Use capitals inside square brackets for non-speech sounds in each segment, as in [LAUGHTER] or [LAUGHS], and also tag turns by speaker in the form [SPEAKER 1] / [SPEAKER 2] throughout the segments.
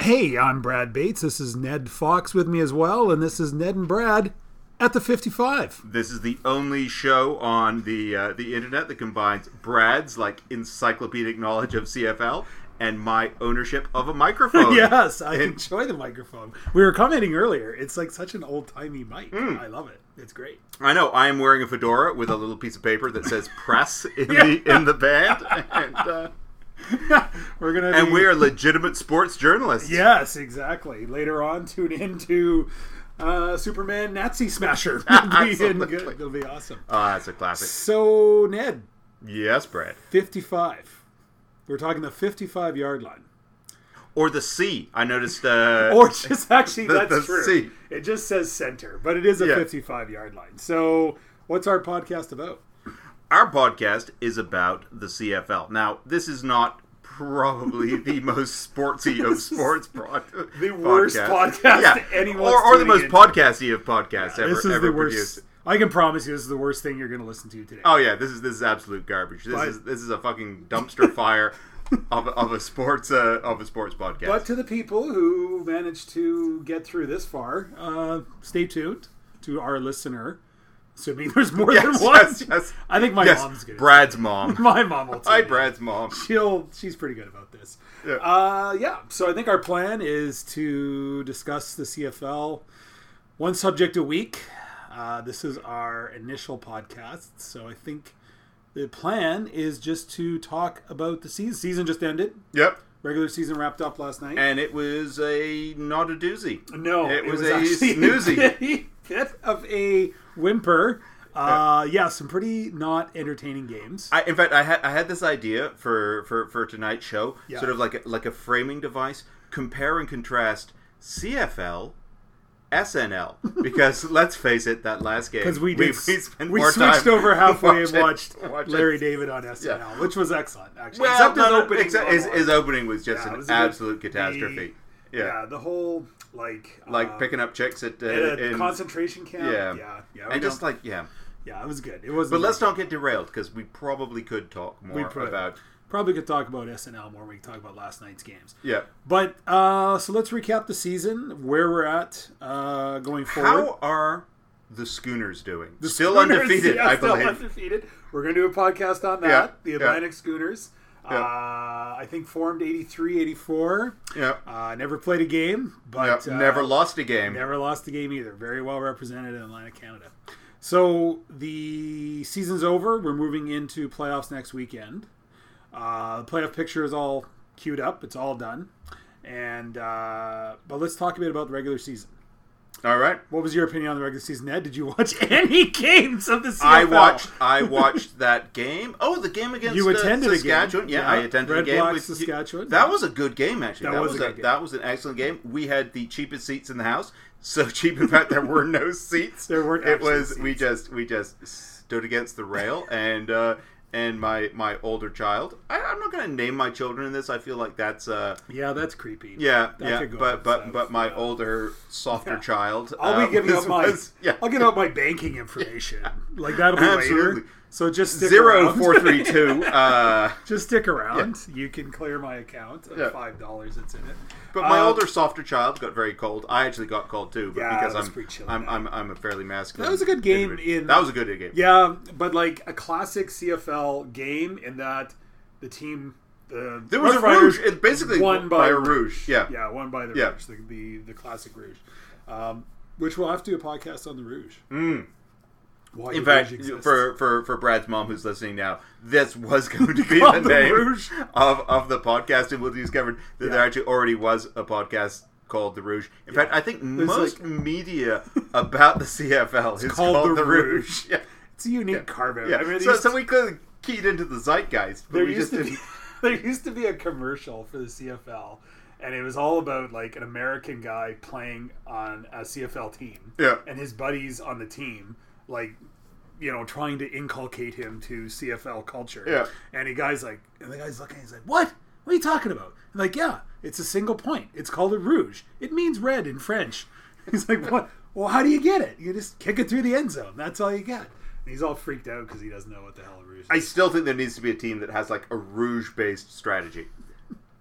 [SPEAKER 1] Hey, I'm Brad Bates. This is Ned Fox with me as well, and this is Ned and Brad at the 55.
[SPEAKER 2] This is the only show on the uh, the internet that combines Brad's like encyclopedic knowledge of CFL and my ownership of
[SPEAKER 1] [LAUGHS]
[SPEAKER 2] a microphone.
[SPEAKER 1] yes, I enjoy the microphone. We were commenting earlier. It's like such an old timey mic. I love it. It's great.
[SPEAKER 2] I know. I am wearing a fedora with a little piece of paper that says "press" in the in the band, [LAUGHS] and, uh,
[SPEAKER 1] We're gonna
[SPEAKER 2] and
[SPEAKER 1] be-
[SPEAKER 2] we are legitimate sports journalists.
[SPEAKER 1] yes, exactly. Later on, tune into uh, Superman Nazi [LAUGHS] Smasher. it'll, be in
[SPEAKER 2] Absolutely.
[SPEAKER 1] good. it'll be awesome.
[SPEAKER 2] Oh, that's a classic.
[SPEAKER 1] So Ned,
[SPEAKER 2] Yes, Brad.
[SPEAKER 1] 55. We're talking the 55 yard line.
[SPEAKER 2] Or the C. I noticed. Uh,
[SPEAKER 1] [LAUGHS] Or just actually,
[SPEAKER 2] The-
[SPEAKER 1] that's
[SPEAKER 2] the
[SPEAKER 1] true.
[SPEAKER 2] C.
[SPEAKER 1] It just says center, but it is a
[SPEAKER 2] Yeah.
[SPEAKER 1] 55 yard line. So, what's our podcast about?
[SPEAKER 2] our podcast is about the CFL. Now, this is not
[SPEAKER 1] [LAUGHS]
[SPEAKER 2] probably the most sportsy of sports pod-
[SPEAKER 1] The worst podcast anyone's
[SPEAKER 2] or, or the
[SPEAKER 1] tuning
[SPEAKER 2] most
[SPEAKER 1] into.
[SPEAKER 2] podcasty of podcasts ever
[SPEAKER 1] this is
[SPEAKER 2] ever
[SPEAKER 1] the worst.
[SPEAKER 2] produced.
[SPEAKER 1] I can promise you, this is the worst thing you're going to listen to today.
[SPEAKER 2] Oh yeah, this is this is absolute garbage. This
[SPEAKER 1] But-
[SPEAKER 2] is this is a fucking
[SPEAKER 1] [LAUGHS]
[SPEAKER 2] dumpster fire of, a- of a sports uh, of a sports podcast.
[SPEAKER 1] But to the people who managed to get through this far, uh, stay tuned to our listener. Assuming there's more
[SPEAKER 2] yes,
[SPEAKER 1] than one.
[SPEAKER 2] yes, yes.
[SPEAKER 1] I think my
[SPEAKER 2] Yes,
[SPEAKER 1] mom's going to.
[SPEAKER 2] Brad's mom.
[SPEAKER 1] [LAUGHS] My mom will.
[SPEAKER 2] Hi,
[SPEAKER 1] too.
[SPEAKER 2] Brad's mom.
[SPEAKER 1] she'll she's pretty good about this.
[SPEAKER 2] Yeah.
[SPEAKER 1] Uh, yeah. So I think our plan is to discuss the CFL one subject a week. Uh, this is our initial podcast, so I think the plan is just to talk about the season. Season just ended.
[SPEAKER 2] Yep.
[SPEAKER 1] Regular season wrapped up last night.
[SPEAKER 2] And it was a not a doozy.
[SPEAKER 1] No,
[SPEAKER 2] it was, a
[SPEAKER 1] actually [LAUGHS]
[SPEAKER 2] snoozy.
[SPEAKER 1] a bit of a whimper. Uh, yeah, some pretty not entertaining games.
[SPEAKER 2] I, in fact, I had I had this idea for for, for tonight's show,
[SPEAKER 1] Yeah.
[SPEAKER 2] sort of like a, like a framing device. Compare and contrast CFL, SNL,
[SPEAKER 1] [LAUGHS]
[SPEAKER 2] because let's face it, that last game
[SPEAKER 1] Because we did,
[SPEAKER 2] we,
[SPEAKER 1] we,
[SPEAKER 2] spent more
[SPEAKER 1] switched
[SPEAKER 2] time
[SPEAKER 1] over halfway and
[SPEAKER 2] watching-
[SPEAKER 1] watched
[SPEAKER 2] watching-
[SPEAKER 1] Larry David on SNL,
[SPEAKER 2] Yeah.
[SPEAKER 1] which was excellent, actually.
[SPEAKER 2] Well,
[SPEAKER 1] except his
[SPEAKER 2] no, no,
[SPEAKER 1] opening.
[SPEAKER 2] except his,
[SPEAKER 1] monologue.
[SPEAKER 2] his opening was just
[SPEAKER 1] Yeah, it
[SPEAKER 2] an
[SPEAKER 1] was a bit-
[SPEAKER 2] absolute
[SPEAKER 1] the-
[SPEAKER 2] catastrophe. yeah.
[SPEAKER 1] yeah, the whole like
[SPEAKER 2] like
[SPEAKER 1] uh,
[SPEAKER 2] picking up chicks at, uh,
[SPEAKER 1] at a
[SPEAKER 2] in-
[SPEAKER 1] concentration camp.
[SPEAKER 2] yeah,
[SPEAKER 1] Yeah, yeah, we
[SPEAKER 2] and just
[SPEAKER 1] don't-
[SPEAKER 2] like yeah.
[SPEAKER 1] yeah, it was good. It was.
[SPEAKER 2] But let's not get derailed because we probably could talk more
[SPEAKER 1] probably-
[SPEAKER 2] about
[SPEAKER 1] probably could talk about SNL more. We could talk about last night's games.
[SPEAKER 2] yeah.
[SPEAKER 1] But uh, so let's recap the season, where we're at uh, going forward.
[SPEAKER 2] How are the Schooners doing? still
[SPEAKER 1] Schooners,
[SPEAKER 2] undefeated,
[SPEAKER 1] yeah,
[SPEAKER 2] I
[SPEAKER 1] still
[SPEAKER 2] believe.
[SPEAKER 1] undefeated. We're going to do a podcast on that.
[SPEAKER 2] Yeah,
[SPEAKER 1] The
[SPEAKER 2] yeah.
[SPEAKER 1] Atlantic Schooners.
[SPEAKER 2] Yeah.
[SPEAKER 1] Uh, I think formed 83, 84.
[SPEAKER 2] yeah.
[SPEAKER 1] Uh, never played a game,
[SPEAKER 2] Yeah,
[SPEAKER 1] but uh,
[SPEAKER 2] never lost a game.
[SPEAKER 1] never lost a game either. Very well represented in Atlantic Canada. So the season's over. We're moving into playoffs next weekend. Uh, the playoff picture is all queued up. It's all done. And uh, but let's talk a bit about the regular season.
[SPEAKER 2] All right.
[SPEAKER 1] What was your opinion on the regular season, Ed? Did you watch [LAUGHS] any games of the CFL?
[SPEAKER 2] I watched.
[SPEAKER 1] [LAUGHS]
[SPEAKER 2] I watched that game. Oh, the game against
[SPEAKER 1] You
[SPEAKER 2] uh,
[SPEAKER 1] attended a game.
[SPEAKER 2] Saskatchewan. Yeah,
[SPEAKER 1] Yeah,
[SPEAKER 2] I attended
[SPEAKER 1] Red
[SPEAKER 2] a game
[SPEAKER 1] Blacks,
[SPEAKER 2] with
[SPEAKER 1] Saskatchewan.
[SPEAKER 2] That was a good game, actually. That,
[SPEAKER 1] That
[SPEAKER 2] was,
[SPEAKER 1] was a
[SPEAKER 2] a,
[SPEAKER 1] good game.
[SPEAKER 2] that was an excellent game. We had the cheapest seats in the house, so [LAUGHS] cheap in fact there were no seats.
[SPEAKER 1] [LAUGHS] There weren't
[SPEAKER 2] It
[SPEAKER 1] actually
[SPEAKER 2] was we
[SPEAKER 1] seats.
[SPEAKER 2] just we just stood against
[SPEAKER 1] [LAUGHS]
[SPEAKER 2] the rail and. uh and my my older child, I, I'm not going to name my children in this. I feel like that's uh
[SPEAKER 1] Yeah, that's creepy.
[SPEAKER 2] Yeah,
[SPEAKER 1] That
[SPEAKER 2] yeah,
[SPEAKER 1] could go
[SPEAKER 2] but
[SPEAKER 1] up
[SPEAKER 2] but
[SPEAKER 1] south.
[SPEAKER 2] but my older, softer
[SPEAKER 1] Yeah.
[SPEAKER 2] child.
[SPEAKER 1] I'll
[SPEAKER 2] uh,
[SPEAKER 1] be
[SPEAKER 2] [LAUGHS]
[SPEAKER 1] giving
[SPEAKER 2] was-
[SPEAKER 1] out my
[SPEAKER 2] was- yeah.
[SPEAKER 1] I'll give out my banking
[SPEAKER 2] [LAUGHS]
[SPEAKER 1] information. Like that'll be
[SPEAKER 2] Absolutely.
[SPEAKER 1] later. So just stick
[SPEAKER 2] zero
[SPEAKER 1] around.
[SPEAKER 2] four three two. Uh,
[SPEAKER 1] [LAUGHS] just stick around. You can clear my account. of
[SPEAKER 2] Yeah.
[SPEAKER 1] Five dollars that's in it.
[SPEAKER 2] but
[SPEAKER 1] [LAUGHS]
[SPEAKER 2] my
[SPEAKER 1] Um,
[SPEAKER 2] older, softer child got very cold. I actually got cold too, but
[SPEAKER 1] Yeah,
[SPEAKER 2] because
[SPEAKER 1] that's
[SPEAKER 2] I'm
[SPEAKER 1] pretty chilly,
[SPEAKER 2] I'm,
[SPEAKER 1] man.
[SPEAKER 2] I'm I'm a fairly masculine.
[SPEAKER 1] That was a good game
[SPEAKER 2] individual.
[SPEAKER 1] in-
[SPEAKER 2] That was a good game.
[SPEAKER 1] Yeah, but like a classic CFL game in that the team the
[SPEAKER 2] there was a
[SPEAKER 1] Rough Riders
[SPEAKER 2] rouge. It basically
[SPEAKER 1] won
[SPEAKER 2] by
[SPEAKER 1] by
[SPEAKER 2] a rouge. Yeah,
[SPEAKER 1] Yeah, one by the
[SPEAKER 2] Yeah.
[SPEAKER 1] Rouge, the, the the classic Rouge, um, which we'll have to do a podcast on the Rouge. Why
[SPEAKER 2] Mm. In
[SPEAKER 1] the
[SPEAKER 2] fact,
[SPEAKER 1] Rouge exists.
[SPEAKER 2] for, for, for Brad's mom who's listening now, this was [LAUGHS] going to be the
[SPEAKER 1] the
[SPEAKER 2] name
[SPEAKER 1] Rouge.
[SPEAKER 2] of, of the podcast, and we discovered that there
[SPEAKER 1] Yeah.
[SPEAKER 2] actually already was a podcast called The Rouge. In fact, I think most
[SPEAKER 1] like-
[SPEAKER 2] media about the CFL is called,
[SPEAKER 1] called The
[SPEAKER 2] The Rouge.
[SPEAKER 1] Rouge.
[SPEAKER 2] [LAUGHS] Yeah,
[SPEAKER 1] it's a unique carve out.
[SPEAKER 2] yeah.
[SPEAKER 1] I mean,
[SPEAKER 2] so,
[SPEAKER 1] these-
[SPEAKER 2] so we clearly keyed into the zeitgeist, but
[SPEAKER 1] there
[SPEAKER 2] we
[SPEAKER 1] used
[SPEAKER 2] just
[SPEAKER 1] to
[SPEAKER 2] didn't.
[SPEAKER 1] be [LAUGHS] there used to be a commercial for the CFL, and it was all about like an American guy playing on a CFL team,
[SPEAKER 2] Yeah.
[SPEAKER 1] and his buddies on the team, like you know, trying to inculcate him to CFL culture,
[SPEAKER 2] Yeah.
[SPEAKER 1] And the guy's like, and the guy's looking, he's like, what? What are you talking about? I'm like, yeah, it's a single point. It's called a rouge. It means red in French. [LAUGHS] He's like, what? Well, how do you get it? You just kick it through the end zone. That's all you got. And he's all freaked out because he doesn't know what the hell a rouge is.
[SPEAKER 2] I still think there needs to be a team that has like a Rouge based strategy.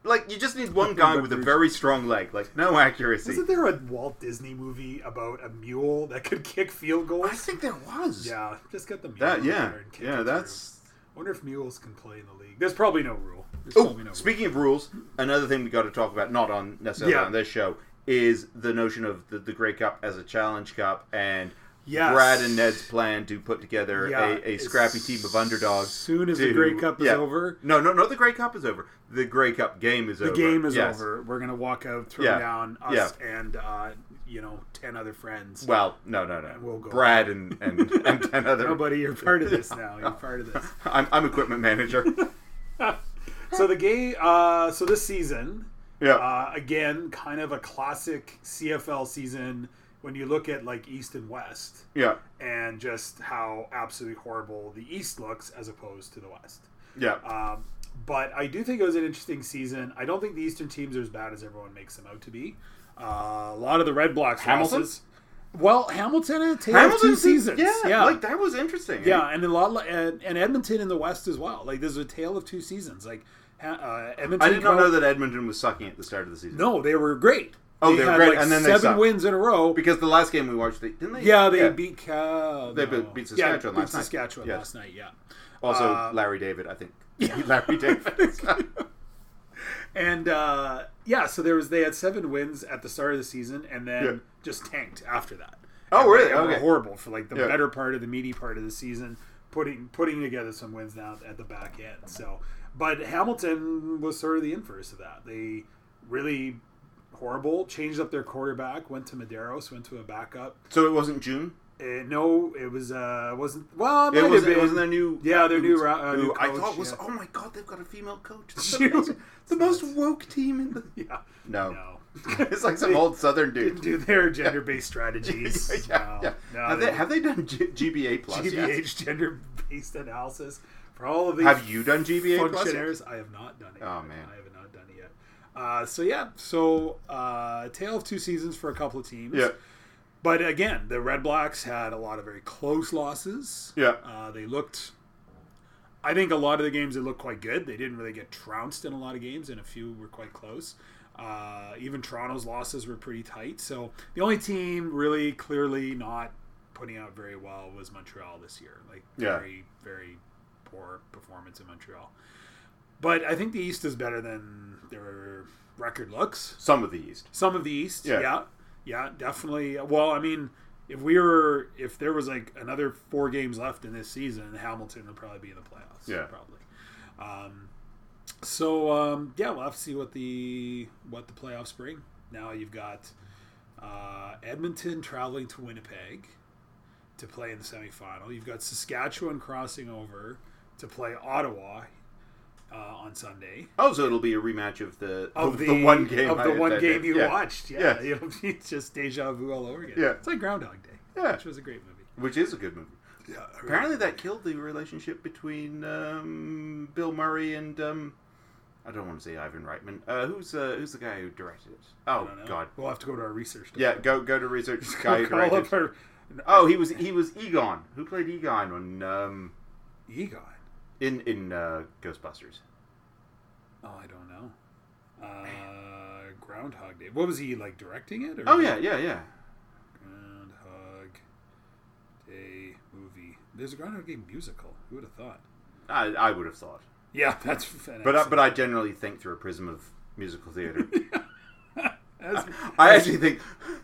[SPEAKER 2] like you just need
[SPEAKER 1] [LAUGHS]
[SPEAKER 2] one guy with a very strong leg, like no accuracy.
[SPEAKER 1] Isn't there a Walt Disney movie about a mule that could kick field goals?
[SPEAKER 2] I think there was.
[SPEAKER 1] [LAUGHS] yeah, just get the mule.
[SPEAKER 2] That
[SPEAKER 1] out
[SPEAKER 2] yeah.
[SPEAKER 1] there and kick it
[SPEAKER 2] Yeah,
[SPEAKER 1] through.
[SPEAKER 2] that's
[SPEAKER 1] Wonder if mules can play in the league. There's probably no rule. There's
[SPEAKER 2] Oh,
[SPEAKER 1] probably no
[SPEAKER 2] speaking of rules, another thing we got to talk about, not on necessarily
[SPEAKER 1] Yeah.
[SPEAKER 2] on this show, is the notion of the, the Grey Cup as a challenge cup and
[SPEAKER 1] Yes.
[SPEAKER 2] Brad and Ned's plan to put together
[SPEAKER 1] Yeah,
[SPEAKER 2] a, a
[SPEAKER 1] as
[SPEAKER 2] scrappy team of underdogs.
[SPEAKER 1] soon as the
[SPEAKER 2] to-
[SPEAKER 1] Grey Cup is
[SPEAKER 2] yeah.
[SPEAKER 1] over.
[SPEAKER 2] No, no, no, the Grey Cup is over. The Grey Cup game is
[SPEAKER 1] The
[SPEAKER 2] over.
[SPEAKER 1] game is
[SPEAKER 2] Yes.
[SPEAKER 1] over. We're gonna walk out, throw
[SPEAKER 2] Yeah.
[SPEAKER 1] down us and uh, you know ten other friends.
[SPEAKER 2] Well, no, no, no.
[SPEAKER 1] we'll go.
[SPEAKER 2] Brad and, and,
[SPEAKER 1] [LAUGHS]
[SPEAKER 2] and 10 other.
[SPEAKER 1] Nobody,
[SPEAKER 2] [LAUGHS]
[SPEAKER 1] you're part of this now. You're part of this.
[SPEAKER 2] I'm, I'm
[SPEAKER 1] [LAUGHS]
[SPEAKER 2] equipment manager.
[SPEAKER 1] So the gay. Uh, so this season,
[SPEAKER 2] Yeah.
[SPEAKER 1] uh, again, kind of a classic CFL season when you look at like East and West.
[SPEAKER 2] yeah.
[SPEAKER 1] and just how absolutely horrible the East looks as opposed to the West.
[SPEAKER 2] Yeah.
[SPEAKER 1] Um, but I do think it was an interesting season. I don't think the Eastern teams are as bad as everyone makes them out to be. Uh, a lot of the Red Blocks
[SPEAKER 2] Hamilton?
[SPEAKER 1] losses- Well, Hamilton and Taylor two
[SPEAKER 2] Hamilton's-
[SPEAKER 1] seasons.
[SPEAKER 2] Yeah,
[SPEAKER 1] yeah.
[SPEAKER 2] Like, that was interesting.
[SPEAKER 1] Yeah, and a lot, li- and, and Edmonton in the West as well. Like, there's a tale of two seasons. Like, Ha- uh, Edmonton.
[SPEAKER 2] I did not
[SPEAKER 1] go-
[SPEAKER 2] know that Edmonton was sucking at the start of the season.
[SPEAKER 1] No, they were great.
[SPEAKER 2] Oh, they were
[SPEAKER 1] had
[SPEAKER 2] great,
[SPEAKER 1] like
[SPEAKER 2] and then they
[SPEAKER 1] seven
[SPEAKER 2] sucked.
[SPEAKER 1] wins in a row.
[SPEAKER 2] Because the last game we watched, they, didn't they?
[SPEAKER 1] yeah, they beat. Cal-
[SPEAKER 2] They
[SPEAKER 1] no.
[SPEAKER 2] beat- beat
[SPEAKER 1] Yeah,
[SPEAKER 2] Saskatchewan
[SPEAKER 1] beat
[SPEAKER 2] last night.
[SPEAKER 1] Saskatchewan
[SPEAKER 2] Yes.
[SPEAKER 1] last night. Yeah.
[SPEAKER 2] Also,
[SPEAKER 1] uh,
[SPEAKER 2] Larry David, I [LAUGHS] think. Larry [LAUGHS] David.
[SPEAKER 1] And uh, yeah, so there was they had seven wins at the start of the season, and then
[SPEAKER 2] Yeah.
[SPEAKER 1] just tanked after that.
[SPEAKER 2] Oh,
[SPEAKER 1] And
[SPEAKER 2] really?
[SPEAKER 1] They were
[SPEAKER 2] Okay.
[SPEAKER 1] horrible for like the
[SPEAKER 2] Yeah.
[SPEAKER 1] better part of the meaty part of the season, putting putting together some wins now at the back end. So, but Hamilton was sort of the inverse of that. They really horrible changed up their quarterback, went to Medeiros, went to a backup.
[SPEAKER 2] so it wasn't June.
[SPEAKER 1] Uh, no, it was uh, wasn't well. It, might
[SPEAKER 2] It
[SPEAKER 1] have
[SPEAKER 2] wasn't,
[SPEAKER 1] been.
[SPEAKER 2] it wasn't their new.
[SPEAKER 1] Yeah, their
[SPEAKER 2] who
[SPEAKER 1] new
[SPEAKER 2] was-
[SPEAKER 1] ra- uh,
[SPEAKER 2] who
[SPEAKER 1] new
[SPEAKER 2] I
[SPEAKER 1] coach,
[SPEAKER 2] thought was,
[SPEAKER 1] yeah.
[SPEAKER 2] oh my god, they've got a female
[SPEAKER 1] [LAUGHS]
[SPEAKER 2] coach. It's
[SPEAKER 1] Shoot.
[SPEAKER 2] The most, the most woke team in the.
[SPEAKER 1] [LAUGHS] yeah,
[SPEAKER 2] No.
[SPEAKER 1] no.
[SPEAKER 2] [LAUGHS] it's like some old Southern
[SPEAKER 1] didn't
[SPEAKER 2] dude. [LAUGHS]
[SPEAKER 1] do their gender based strategies.
[SPEAKER 2] yeah,
[SPEAKER 1] No,
[SPEAKER 2] yeah.
[SPEAKER 1] no,
[SPEAKER 2] have, they,
[SPEAKER 1] they-
[SPEAKER 2] have they done G- GBA plus? yet?
[SPEAKER 1] GBH gender based analysis for all of these
[SPEAKER 2] Have you done GBA plus? yet?
[SPEAKER 1] functionaries. I have not done it.
[SPEAKER 2] Oh,
[SPEAKER 1] yet.
[SPEAKER 2] man.
[SPEAKER 1] I have not done it yet. Uh, so yeah, so uh, tale of two seasons for a couple of teams.
[SPEAKER 2] Yeah,
[SPEAKER 1] But again, the Red Blacks had a lot of very close losses.
[SPEAKER 2] yeah.
[SPEAKER 1] Uh, they looked. I think a lot of the games they looked quite good. They didn't really get trounced in a lot of games, and a few were quite close. Uh, even Toronto's losses were pretty tight. So the only team really clearly not putting out very well was Montreal this year. Like
[SPEAKER 2] Yeah.
[SPEAKER 1] very very poor performance in Montreal. But I think the East is better than their record looks.
[SPEAKER 2] Some of the East.
[SPEAKER 1] Some of the East.
[SPEAKER 2] Yeah.
[SPEAKER 1] Yeah. yeah. definitely. Well, I mean, if we were, if there was like another four games left in this season, Hamilton would probably be in the playoffs.
[SPEAKER 2] Yeah.
[SPEAKER 1] Probably. Um, so, um, yeah, we'll have to see what the, what the playoffs bring. Now you've got, uh, Edmonton traveling to Winnipeg to play in the semifinal. You've got Saskatchewan crossing over to play Ottawa, uh, on Sunday
[SPEAKER 2] Oh, so it'll be a rematch of the
[SPEAKER 1] of the,
[SPEAKER 2] one game
[SPEAKER 1] of
[SPEAKER 2] I
[SPEAKER 1] the
[SPEAKER 2] had
[SPEAKER 1] one
[SPEAKER 2] that
[SPEAKER 1] game
[SPEAKER 2] day.
[SPEAKER 1] you
[SPEAKER 2] Yeah.
[SPEAKER 1] watched. Yeah,
[SPEAKER 2] Yes.
[SPEAKER 1] It'll be- [LAUGHS] it's just deja vu all over again.
[SPEAKER 2] Yeah.
[SPEAKER 1] it's like Groundhog Day.
[SPEAKER 2] Yeah.
[SPEAKER 1] which was a great movie.
[SPEAKER 2] which is a good movie.
[SPEAKER 1] Yeah,
[SPEAKER 2] Apparently, that killed the relationship between um, Bill Murray and um, I don't want to say Ivan Reitman. Uh, who's uh, who's the guy who directed it? Oh God,
[SPEAKER 1] we'll have to go to our research.
[SPEAKER 2] yeah. Go go to research. Guy
[SPEAKER 1] We'll [LAUGHS]
[SPEAKER 2] who
[SPEAKER 1] call up
[SPEAKER 2] directed.
[SPEAKER 1] our
[SPEAKER 2] Oh, he was he was Egon. Who played Egon on um,
[SPEAKER 1] Egon.
[SPEAKER 2] in in uh, Ghostbusters?
[SPEAKER 1] Oh, I don't know. Uh, Groundhog Day. What was he like directing it? Or
[SPEAKER 2] Oh yeah, yeah, yeah.
[SPEAKER 1] Groundhog Day movie. There's a Groundhog Day musical. Who would have thought?
[SPEAKER 2] I, I would have thought,
[SPEAKER 1] Yeah, [LAUGHS] that's fantastic.
[SPEAKER 2] but I, but I generally think through a prism of musical
[SPEAKER 1] [LAUGHS]
[SPEAKER 2] theater.
[SPEAKER 1] As-
[SPEAKER 2] I actually think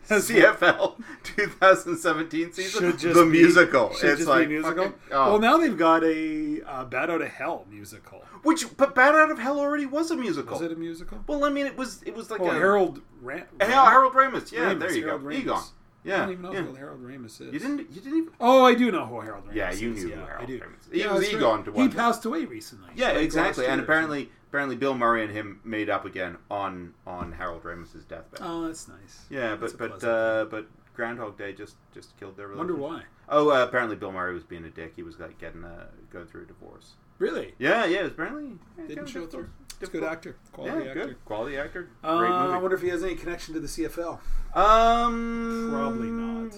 [SPEAKER 1] That's-
[SPEAKER 2] [LAUGHS] CFL 2017 season
[SPEAKER 1] should just
[SPEAKER 2] the
[SPEAKER 1] be-
[SPEAKER 2] musical.
[SPEAKER 1] should
[SPEAKER 2] it's
[SPEAKER 1] just
[SPEAKER 2] like
[SPEAKER 1] be musical.
[SPEAKER 2] fucking- oh.
[SPEAKER 1] Well, now they've got a uh, Bad Out of Hell musical.
[SPEAKER 2] Which, but Bad Out of Hell already was a musical.
[SPEAKER 1] Is it a musical?
[SPEAKER 2] well, I mean, it was it was like
[SPEAKER 1] Oh,
[SPEAKER 2] a
[SPEAKER 1] Harold Ram-
[SPEAKER 2] Hey, oh, Harold Ramis. Yeah,
[SPEAKER 1] Ramis,
[SPEAKER 2] there you
[SPEAKER 1] Harold
[SPEAKER 2] go.
[SPEAKER 1] Ramis.
[SPEAKER 2] Egon. Yeah,
[SPEAKER 1] I don't even know
[SPEAKER 2] yeah.
[SPEAKER 1] who Harold Ramis is.
[SPEAKER 2] You didn't. You didn't even.
[SPEAKER 1] Oh, I do know who Harold Ramis
[SPEAKER 2] Yeah,
[SPEAKER 1] is.
[SPEAKER 2] you knew
[SPEAKER 1] yeah,
[SPEAKER 2] who Harold
[SPEAKER 1] I do.
[SPEAKER 2] Ramis is. He
[SPEAKER 1] Yeah,
[SPEAKER 2] was
[SPEAKER 1] that's right.
[SPEAKER 2] Egon to
[SPEAKER 1] He
[SPEAKER 2] one.
[SPEAKER 1] passed away recently.
[SPEAKER 2] Yeah,
[SPEAKER 1] like,
[SPEAKER 2] exactly.
[SPEAKER 1] last
[SPEAKER 2] And
[SPEAKER 1] year or something.
[SPEAKER 2] apparently, apparently, Bill Murray and him made up again on on Harold Ramis's deathbed.
[SPEAKER 1] Oh, that's nice.
[SPEAKER 2] yeah,
[SPEAKER 1] That's
[SPEAKER 2] but
[SPEAKER 1] a
[SPEAKER 2] but
[SPEAKER 1] pleasant
[SPEAKER 2] uh, but Groundhog Day just just killed their
[SPEAKER 1] thing. wonder
[SPEAKER 2] relationship.
[SPEAKER 1] why.
[SPEAKER 2] Oh, uh, apparently Bill Murray was being a dick. He was like getting a going through a divorce.
[SPEAKER 1] Really?
[SPEAKER 2] Yeah, yeah. It was apparently yeah,
[SPEAKER 1] Didn't
[SPEAKER 2] kinda
[SPEAKER 1] show
[SPEAKER 2] difficult.
[SPEAKER 1] through. It's a good actor. Quality
[SPEAKER 2] yeah,
[SPEAKER 1] actor.
[SPEAKER 2] good quality actor. Great
[SPEAKER 1] Uh, I
[SPEAKER 2] movie.
[SPEAKER 1] wonder if he has any connection to the CFL.
[SPEAKER 2] Um,
[SPEAKER 1] Probably not.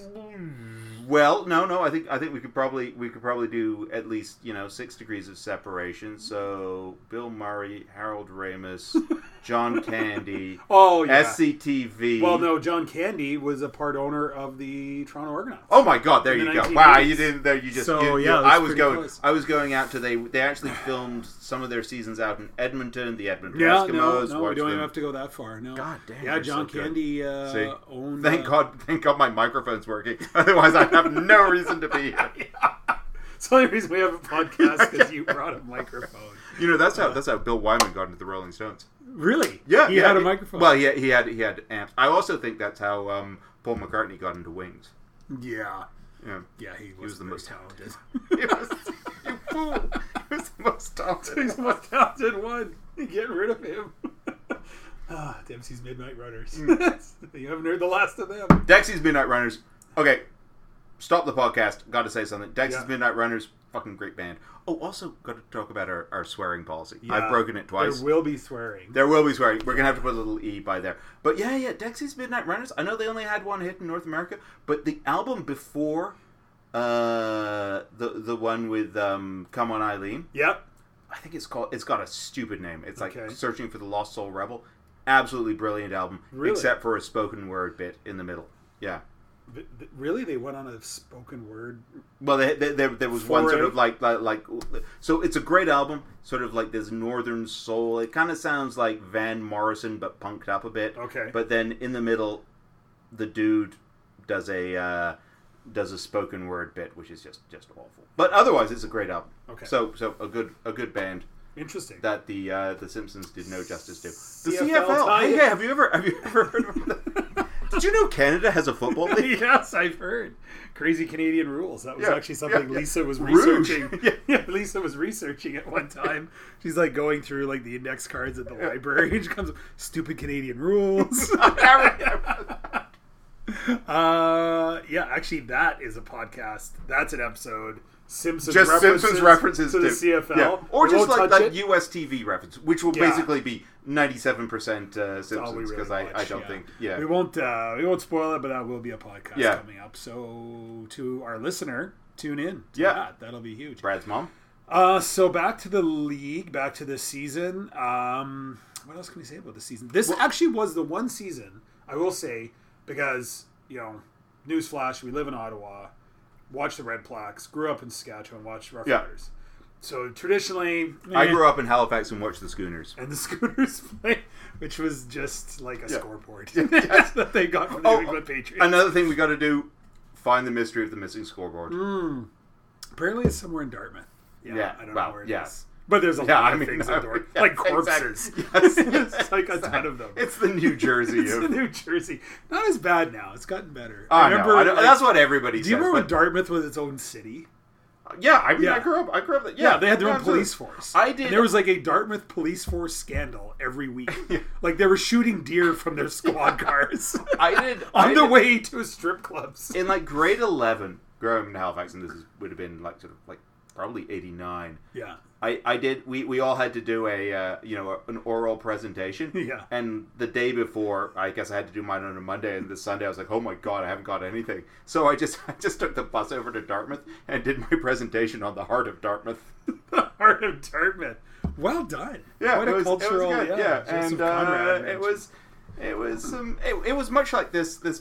[SPEAKER 2] Well, no, no. I think I think we could probably we could probably do at least you know six degrees of separation. So Bill Murray, Harold Ramis,
[SPEAKER 1] [LAUGHS]
[SPEAKER 2] John Candy,
[SPEAKER 1] Oh yeah.
[SPEAKER 2] SCTV.
[SPEAKER 1] well, no, John Candy was a part owner of the Toronto Argonauts.
[SPEAKER 2] Oh my God! There
[SPEAKER 1] In
[SPEAKER 2] you
[SPEAKER 1] the
[SPEAKER 2] go. Wow,
[SPEAKER 1] 1980s.
[SPEAKER 2] you didn't. There you just.
[SPEAKER 1] So,
[SPEAKER 2] you- you-
[SPEAKER 1] yeah, that's
[SPEAKER 2] I was
[SPEAKER 1] pretty
[SPEAKER 2] going.
[SPEAKER 1] close.
[SPEAKER 2] I was going out to they. They actually filmed some of their seasons out in Edmonton. The Edmonton
[SPEAKER 1] yeah, no,
[SPEAKER 2] Eskimos.
[SPEAKER 1] no, we
[SPEAKER 2] watched
[SPEAKER 1] don't even
[SPEAKER 2] them.
[SPEAKER 1] have to go that far. No.
[SPEAKER 2] God damn,
[SPEAKER 1] Yeah,
[SPEAKER 2] they're
[SPEAKER 1] John
[SPEAKER 2] so good.
[SPEAKER 1] Candy
[SPEAKER 2] See?
[SPEAKER 1] uh, owned.
[SPEAKER 2] Thank
[SPEAKER 1] uh,
[SPEAKER 2] God! Thank God my microphone's working. [LAUGHS] Otherwise, I'd have no reason
[SPEAKER 1] [LAUGHS]
[SPEAKER 2] to be here.
[SPEAKER 1] It's the only reason we have a podcast
[SPEAKER 2] [LAUGHS]
[SPEAKER 1] because you brought a microphone.
[SPEAKER 2] You know, that's how that's how Bill Wyman got into the Rolling Stones.
[SPEAKER 1] Really?
[SPEAKER 2] Yeah,
[SPEAKER 1] He
[SPEAKER 2] yeah,
[SPEAKER 1] had a
[SPEAKER 2] he-
[SPEAKER 1] microphone.
[SPEAKER 2] Well, yeah, he had he had amps. I also think that's how um, Paul McCartney got into Wings.
[SPEAKER 1] yeah.
[SPEAKER 2] Yeah, [LAUGHS]
[SPEAKER 1] Yeah, he was,
[SPEAKER 2] was the
[SPEAKER 1] very
[SPEAKER 2] most
[SPEAKER 1] talented. [LAUGHS]
[SPEAKER 2] He was, you fool. He was the most talented.
[SPEAKER 1] He's the most talented one. Get rid of him. [LAUGHS] ah, Dempsey's Midnight Runners. [LAUGHS]
[SPEAKER 2] Hmm.
[SPEAKER 1] you haven't heard the last of them.
[SPEAKER 2] Dexy's Midnight Runners. Okay, stop the podcast. Got to say something. Dexy's
[SPEAKER 1] Yeah.
[SPEAKER 2] Midnight Runners, fucking great band. Oh, also got to talk about our, our swearing policy.
[SPEAKER 1] Yeah.
[SPEAKER 2] I've broken it twice.
[SPEAKER 1] There will be swearing.
[SPEAKER 2] There will be swearing. We're gonna have to put a little e by there. But yeah, yeah, Dexy's Midnight Runners. I know they only had one hit in North America, but the album before, uh, the the one with um, Come On Eileen,
[SPEAKER 1] yep.
[SPEAKER 2] I think it's called. It's got a stupid name. It's like
[SPEAKER 1] Okay.
[SPEAKER 2] Searching for the Lost Soul Rebel. Absolutely brilliant album,
[SPEAKER 1] Really?
[SPEAKER 2] except for a spoken word bit in the middle. Yeah.
[SPEAKER 1] Th- th- really, they went on a spoken word.
[SPEAKER 2] Well, there, there, there, there was one
[SPEAKER 1] Foray.
[SPEAKER 2] sort of like, like like so it's a great album. Sort of like there's northern soul. It kind of sounds like Van Morrison, but punked up a bit.
[SPEAKER 1] Okay.
[SPEAKER 2] But then in the middle, the dude does a uh, does a spoken word bit, which is just just awful. But otherwise, it's a great album.
[SPEAKER 1] Okay.
[SPEAKER 2] So so a good a good band
[SPEAKER 1] Interesting.
[SPEAKER 2] that the uh, the Simpsons did no justice to. The
[SPEAKER 1] CFL
[SPEAKER 2] CFL. Hey,
[SPEAKER 1] tie-in.
[SPEAKER 2] yeah, have you ever have you ever heard of
[SPEAKER 1] [LAUGHS]
[SPEAKER 2] that? Did you know Canada has a football league?
[SPEAKER 1] yes, I've heard. Crazy Canadian rules. That was
[SPEAKER 2] Yeah,
[SPEAKER 1] actually something
[SPEAKER 2] yeah, yeah.
[SPEAKER 1] Lisa was
[SPEAKER 2] Rouge.
[SPEAKER 1] researching.
[SPEAKER 2] [LAUGHS]
[SPEAKER 1] [LAUGHS]
[SPEAKER 2] Yeah.
[SPEAKER 1] Lisa was researching at one time. She's like going through like the index cards at the library [LAUGHS] and she comes up, stupid Canadian rules.
[SPEAKER 2] [LAUGHS]
[SPEAKER 1] uh yeah, actually that is a podcast. That's an episode. Simpsons
[SPEAKER 2] just
[SPEAKER 1] references
[SPEAKER 2] Simpsons references
[SPEAKER 1] to the CFL.
[SPEAKER 2] yeah. or
[SPEAKER 1] We
[SPEAKER 2] just
[SPEAKER 1] won't
[SPEAKER 2] like
[SPEAKER 1] touch
[SPEAKER 2] like
[SPEAKER 1] it.
[SPEAKER 2] US TV reference, which will
[SPEAKER 1] Yeah.
[SPEAKER 2] basically be ninety-seven percent uh,
[SPEAKER 1] all we
[SPEAKER 2] Simpsons
[SPEAKER 1] really
[SPEAKER 2] because I, I
[SPEAKER 1] watch,
[SPEAKER 2] don't
[SPEAKER 1] yeah.
[SPEAKER 2] think yeah
[SPEAKER 1] we won't uh, we won't spoil it, but that will be a podcast
[SPEAKER 2] Yeah.
[SPEAKER 1] coming up. So to our listener, tune in. to
[SPEAKER 2] Yeah.
[SPEAKER 1] that. that'll be huge.
[SPEAKER 2] Brad's mom.
[SPEAKER 1] Uh, so back to the league, back to the season. Um, what else can we say about the season? This actually was the one season I will say because you know, newsflash, we live in Ottawa, watch the Red Plaques, grew up in Saskatchewan, watched Rough
[SPEAKER 2] Yeah.
[SPEAKER 1] Riders. So traditionally, eh,
[SPEAKER 2] I grew up in Halifax and watched the Schooners.
[SPEAKER 1] and the [LAUGHS] Scooters play, which was just like a scoreboard [LAUGHS]
[SPEAKER 2] Yes.
[SPEAKER 1] that they got from the
[SPEAKER 2] Oh,
[SPEAKER 1] New England Patriots.
[SPEAKER 2] Another thing we got to do: find the mystery of the missing scoreboard.
[SPEAKER 1] Mm. Apparently, it's somewhere in Dartmouth. Yeah,
[SPEAKER 2] Yeah,
[SPEAKER 1] I don't know
[SPEAKER 2] well,
[SPEAKER 1] where it is.
[SPEAKER 2] yeah.
[SPEAKER 1] But there's a
[SPEAKER 2] Yeah,
[SPEAKER 1] lot
[SPEAKER 2] I
[SPEAKER 1] of
[SPEAKER 2] mean,
[SPEAKER 1] things
[SPEAKER 2] I-
[SPEAKER 1] in Dartmouth,
[SPEAKER 2] yeah,
[SPEAKER 1] like
[SPEAKER 2] exactly.
[SPEAKER 1] corpses. [LAUGHS]
[SPEAKER 2] Yes,
[SPEAKER 1] it's like a ton of them. It's,
[SPEAKER 2] [LAUGHS] It's the New Jersey. of,
[SPEAKER 1] in New Jersey. Not as bad now. It's gotten better.
[SPEAKER 2] I know. I don't-
[SPEAKER 1] like,
[SPEAKER 2] that's what everybody
[SPEAKER 1] do you
[SPEAKER 2] says,
[SPEAKER 1] remember when
[SPEAKER 2] but-
[SPEAKER 1] Dartmouth was its own city?
[SPEAKER 2] yeah, I mean,
[SPEAKER 1] Yeah.
[SPEAKER 2] I grew up. I grew up. that-
[SPEAKER 1] Yeah,
[SPEAKER 2] Yeah,
[SPEAKER 1] they had their own
[SPEAKER 2] absolutely.
[SPEAKER 1] police force.
[SPEAKER 2] I did-
[SPEAKER 1] And there was like a Dartmouth police force scandal every
[SPEAKER 2] [LAUGHS]
[SPEAKER 1] week. Like they were shooting deer from their squad cars [LAUGHS]
[SPEAKER 2] I did.
[SPEAKER 1] on
[SPEAKER 2] I
[SPEAKER 1] the
[SPEAKER 2] did-
[SPEAKER 1] way to strip clubs.
[SPEAKER 2] in like grade 11 growing up in halifax and this is, would have been like sort of like probably 89
[SPEAKER 1] [LAUGHS] yeah.
[SPEAKER 2] I, I did we, we all had to do a uh, you know an oral presentation
[SPEAKER 1] [LAUGHS] Yeah.
[SPEAKER 2] and the day before i guess i had to do mine on a monday and the sunday i was like oh my god i haven't got anything so i just [LAUGHS] i just took the bus over to dartmouth and did my presentation on the heart of dartmouth [LAUGHS]
[SPEAKER 1] the heart of Dartmouth. Well done.
[SPEAKER 2] yeah
[SPEAKER 1] what
[SPEAKER 2] it
[SPEAKER 1] a
[SPEAKER 2] was,
[SPEAKER 1] cultural.
[SPEAKER 2] it was
[SPEAKER 1] yeah,
[SPEAKER 2] good. yeah,
[SPEAKER 1] Joseph
[SPEAKER 2] and
[SPEAKER 1] Conrad
[SPEAKER 2] uh, it
[SPEAKER 1] mentioned.
[SPEAKER 2] was it was um, it, it was much like this this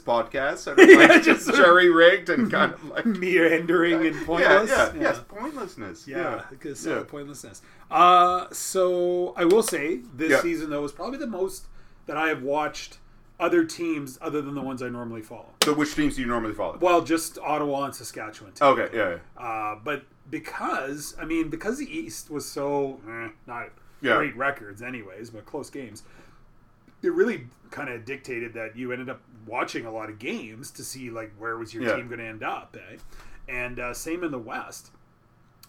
[SPEAKER 1] [LAUGHS]
[SPEAKER 2] podcast sort of like
[SPEAKER 1] just
[SPEAKER 2] just
[SPEAKER 1] sort of-
[SPEAKER 2] jerry rigged and
[SPEAKER 1] [LAUGHS]
[SPEAKER 2] kind of like
[SPEAKER 1] meandering and pointless.
[SPEAKER 2] Yeah, yeah, yes, pointlessness.
[SPEAKER 1] Yeah, because
[SPEAKER 2] yeah.
[SPEAKER 1] pointlessness. Uh, so I will say this
[SPEAKER 2] Yeah.
[SPEAKER 1] season though was probably the most that I have watched other teams other than the ones I normally follow.
[SPEAKER 2] So, which teams do you normally follow?
[SPEAKER 1] Well, just Ottawa and Saskatchewan. too.
[SPEAKER 2] okay, yeah, yeah.
[SPEAKER 1] Uh, but because I mean, because the East was so eh, not
[SPEAKER 2] Yeah.
[SPEAKER 1] great records, anyways, but close games, it really kind of dictated that you ended up watching a lot of games to see like where was your
[SPEAKER 2] Yeah.
[SPEAKER 1] team going to end up, eh? and uh, same in the West.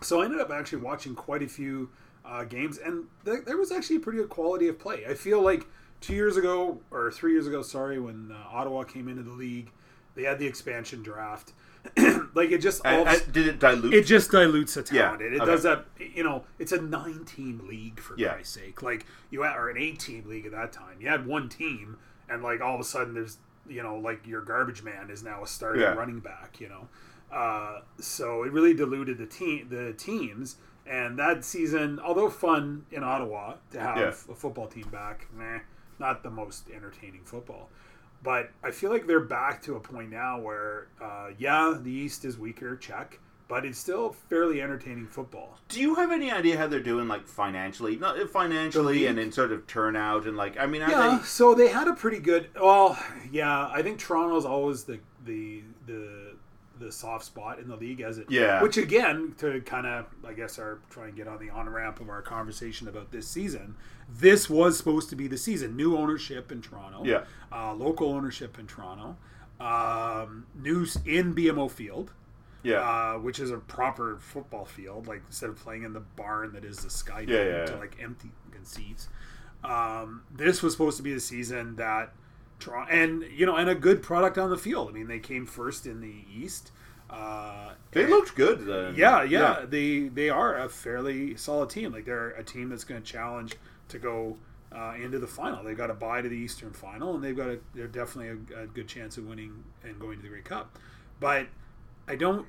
[SPEAKER 1] So I ended up actually watching quite a few uh, games, and th- there was actually a pretty good quality of play. I feel like two years ago or three years ago, sorry, when uh, Ottawa came into the league, they had the expansion draft. [CLEARS THROAT] like it just all
[SPEAKER 2] And- and did it dilute?
[SPEAKER 1] it just dilutes the
[SPEAKER 2] Yeah,
[SPEAKER 1] talent. It, it
[SPEAKER 2] okay.
[SPEAKER 1] does that. You know, it's a nine-team league for
[SPEAKER 2] Yeah.
[SPEAKER 1] Christ's sake. Like you had, or an eight-team league at that time. You had one team, and like all of a sudden, there's you know, like your garbage man is now a starting
[SPEAKER 2] Yeah.
[SPEAKER 1] running back. You know, Uh, so it really diluted the team, the teams, and that season, although fun in Ottawa to have
[SPEAKER 2] Yeah.
[SPEAKER 1] a football team back, meh, not the most entertaining football. But I feel like they're back to a point now where, uh, yeah, the East is weaker, check, but it's still fairly entertaining football.
[SPEAKER 2] Do you have any idea how they're doing, like financially, not uh, financially, and in sort of turnout and like? I mean, are
[SPEAKER 1] Yeah, so they had a pretty good. Well, yeah, I think Toronto's always the the the the soft spot in the league as it.
[SPEAKER 2] Yeah.
[SPEAKER 1] Which again, to kind of I guess our try and get on the on ramp of our conversation about this season. This was supposed to be the season. New ownership in Toronto.
[SPEAKER 2] Yeah.
[SPEAKER 1] Uh, local ownership in Toronto. Um, news in BMO Field
[SPEAKER 2] they? Yeah,
[SPEAKER 1] uh, which is a proper football field, like instead of playing in the barn that is the sky
[SPEAKER 2] Yeah,
[SPEAKER 1] dome
[SPEAKER 2] yeah,
[SPEAKER 1] to
[SPEAKER 2] yeah.
[SPEAKER 1] like empty fucking seats. Um, this was supposed to be the season that Toronto and you know and a good product on the field. I mean, they came first in the East. Uh,
[SPEAKER 2] they looked good. Then.
[SPEAKER 1] yeah, yeah, They they are a fairly solid team. Like they're a team that's going to challenge to go uh, into the final. They've got a bye to the Eastern final, and they've got a they're definitely a, a good chance of winning and going to the Great Cup. But I don't.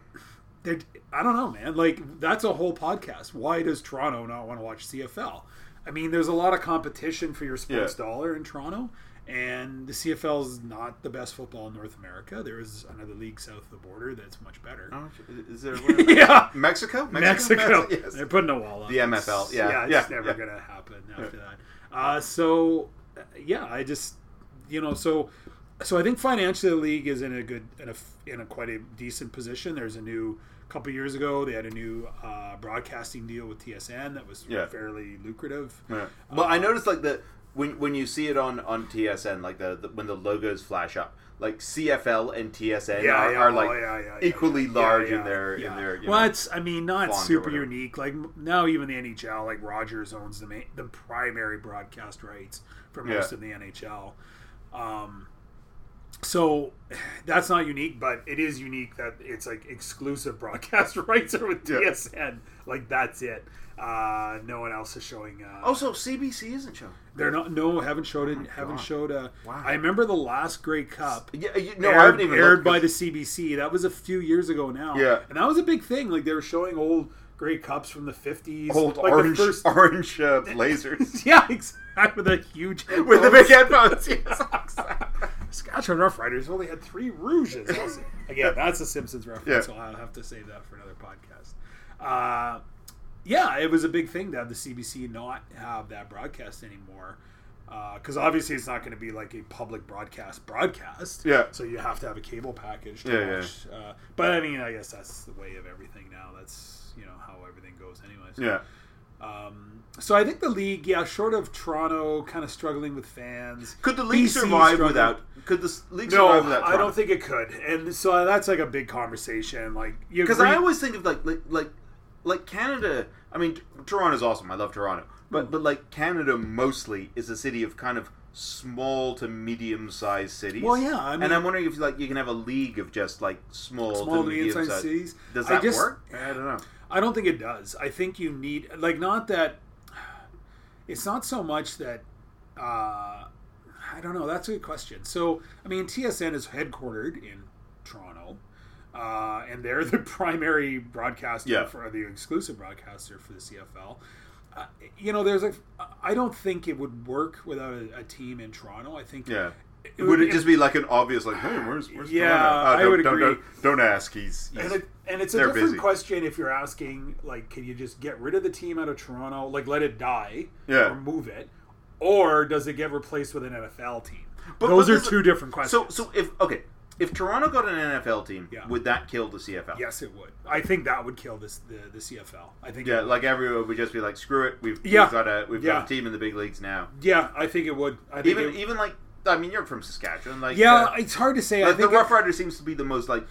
[SPEAKER 1] They're, I don't know, man. Like that's a whole podcast. Why does Toronto not want to watch CFL? I mean, there's a lot of competition for your sports
[SPEAKER 2] Yeah.
[SPEAKER 1] dollar in Toronto, and the CFL is not the best football in North America. There is another league south of the border that's much better.
[SPEAKER 2] Oh, Is there where-
[SPEAKER 1] [LAUGHS] yeah,
[SPEAKER 2] Mexico?
[SPEAKER 1] Mexico.
[SPEAKER 2] Mexico, [LAUGHS] yes.
[SPEAKER 1] They're putting a wall up.
[SPEAKER 2] The MFL, yeah,
[SPEAKER 1] yeah, it's
[SPEAKER 2] yeah,
[SPEAKER 1] never
[SPEAKER 2] yeah.
[SPEAKER 1] gonna happen after that. Uh, so, uh, yeah, I just, you know, so, so I think financially the league is in a good, in a, in a quite a decent position. There's a new couple years ago they had a new uh, broadcasting deal with TSN that was
[SPEAKER 2] Yeah.
[SPEAKER 1] fairly lucrative.
[SPEAKER 2] Yeah. Well, I noticed like the when when you see it on on TSN, like the, the when the logos flash up, like CFL and TSN
[SPEAKER 1] Yeah,
[SPEAKER 2] are,
[SPEAKER 1] yeah,
[SPEAKER 2] are
[SPEAKER 1] oh,
[SPEAKER 2] like
[SPEAKER 1] yeah, yeah, yeah,
[SPEAKER 2] equally
[SPEAKER 1] yeah,
[SPEAKER 2] large
[SPEAKER 1] yeah,
[SPEAKER 2] in their
[SPEAKER 1] yeah.
[SPEAKER 2] in their. You
[SPEAKER 1] well,
[SPEAKER 2] know.
[SPEAKER 1] it's I mean not
[SPEAKER 2] font or
[SPEAKER 1] super
[SPEAKER 2] whatever.
[SPEAKER 1] unique. Like m- now, even the NHL, like Rogers owns the ma- the primary broadcast rights for most
[SPEAKER 2] Yeah.
[SPEAKER 1] of the NHL. Um, so [SIGHS] that's not unique, but it is unique that it's like exclusive [LAUGHS] broadcast rights are with
[SPEAKER 2] Yeah.
[SPEAKER 1] TSN. Like that's it. Uh, no one else is showing. Uh,
[SPEAKER 2] also CBC isn't showing.
[SPEAKER 1] they're not. No, haven't showed it. haven't
[SPEAKER 2] Oh God.
[SPEAKER 1] showed. Uh,
[SPEAKER 2] Wow.
[SPEAKER 1] I remember the last Grey Cup
[SPEAKER 2] Yeah, you, no,
[SPEAKER 1] aired,
[SPEAKER 2] I haven't even
[SPEAKER 1] aired
[SPEAKER 2] looked,
[SPEAKER 1] by the
[SPEAKER 2] 'cause-
[SPEAKER 1] CBC. That was a few years ago now.
[SPEAKER 2] Yeah.
[SPEAKER 1] and that was a big thing. Like they were showing old Grey Cups from the fifties, [LAUGHS]
[SPEAKER 2] old
[SPEAKER 1] like
[SPEAKER 2] orange
[SPEAKER 1] The first,
[SPEAKER 2] orange
[SPEAKER 1] [LAUGHS]
[SPEAKER 2] uh, blazers
[SPEAKER 1] yeah, exactly. With a huge
[SPEAKER 2] with the big headphones. [LAUGHS] Yes.
[SPEAKER 1] Saskatchewan Rough Riders only had three rouges. [LAUGHS] Again, that's a Simpsons reference.
[SPEAKER 2] Yeah.
[SPEAKER 1] So I'll have to save that for another podcast. Uh, yeah, it was a big thing to have the CBC not have that broadcast anymore. Because obviously, it's not going to be like a public broadcast broadcast.
[SPEAKER 2] Yeah.
[SPEAKER 1] So you have to have a cable package to
[SPEAKER 2] Yeah, yeah.
[SPEAKER 1] watch. Uh, but I mean, I guess that's the way of everything now. That's you know how everything goes, anyways.
[SPEAKER 2] Yeah.
[SPEAKER 1] Um, so I think the league, yeah, short of Toronto kind of struggling with fans.
[SPEAKER 2] Could the league
[SPEAKER 1] BC
[SPEAKER 2] survive
[SPEAKER 1] struggling-
[SPEAKER 2] without? Could the s- league
[SPEAKER 1] no,
[SPEAKER 2] survive without?
[SPEAKER 1] I don't
[SPEAKER 2] Toronto?
[SPEAKER 1] think it could. And so that's like a big conversation. Like you
[SPEAKER 2] Because
[SPEAKER 1] agree-
[SPEAKER 2] I always think of like like like like Canada. I mean, T- Toronto's awesome. I love Toronto,
[SPEAKER 1] Hmm.
[SPEAKER 2] but but like Canada mostly is a city of kind of small to medium sized cities.
[SPEAKER 1] Well, yeah, I mean-
[SPEAKER 2] and I'm wondering if like you can have a league of just like small,
[SPEAKER 1] Small
[SPEAKER 2] to
[SPEAKER 1] to
[SPEAKER 2] medium
[SPEAKER 1] medium-sized
[SPEAKER 2] sized
[SPEAKER 1] cities.
[SPEAKER 2] Does
[SPEAKER 1] I
[SPEAKER 2] that
[SPEAKER 1] just-
[SPEAKER 2] work? I don't know.
[SPEAKER 1] I don't think it does. I think you need like not that. It's not so much that. Uh, I don't know. That's a good question. So I mean, TSN is headquartered in Toronto, uh, and they're [LAUGHS] the primary broadcaster
[SPEAKER 2] Yeah.
[SPEAKER 1] for the exclusive broadcaster for the CFL. Uh, you know, there's a. I don't think it would work without a, a team in Toronto. I think
[SPEAKER 2] Yeah.
[SPEAKER 1] It
[SPEAKER 2] would
[SPEAKER 1] would-
[SPEAKER 2] it just be like an obvious like, hey, where's where's
[SPEAKER 1] Yeah,
[SPEAKER 2] Toronto? Oh,
[SPEAKER 1] I
[SPEAKER 2] don't,
[SPEAKER 1] would
[SPEAKER 2] don't,
[SPEAKER 1] agree.
[SPEAKER 2] Don't, don't ask. He's, he's
[SPEAKER 1] And, it, and it's a
[SPEAKER 2] They're
[SPEAKER 1] different
[SPEAKER 2] busy.
[SPEAKER 1] question if you're asking, like, can you just get rid of the team out of Toronto, like let it die,
[SPEAKER 2] Yeah.
[SPEAKER 1] or move it, or does it get replaced with an NFL team?
[SPEAKER 2] But-
[SPEAKER 1] Those
[SPEAKER 2] but
[SPEAKER 1] are
[SPEAKER 2] this-
[SPEAKER 1] two different questions.
[SPEAKER 2] so so if okay if Toronto got an NFL team,
[SPEAKER 1] Yeah.
[SPEAKER 2] would that kill the CFL?
[SPEAKER 1] yes, it would. I think that would kill this the, the CFL. I think.
[SPEAKER 2] Yeah, like everyone would just be like, "Screw it, we've,
[SPEAKER 1] Yeah.
[SPEAKER 2] we've got a we've
[SPEAKER 1] Yeah.
[SPEAKER 2] got a team in the big leagues now."
[SPEAKER 1] yeah, I think it would. I think.
[SPEAKER 2] Even E
[SPEAKER 1] it,
[SPEAKER 2] even like, I mean, you're from Saskatchewan, like
[SPEAKER 1] yeah,
[SPEAKER 2] uh,
[SPEAKER 1] it's hard to say. I
[SPEAKER 2] like the
[SPEAKER 1] think.
[SPEAKER 2] Rough Rider seems to be the most like.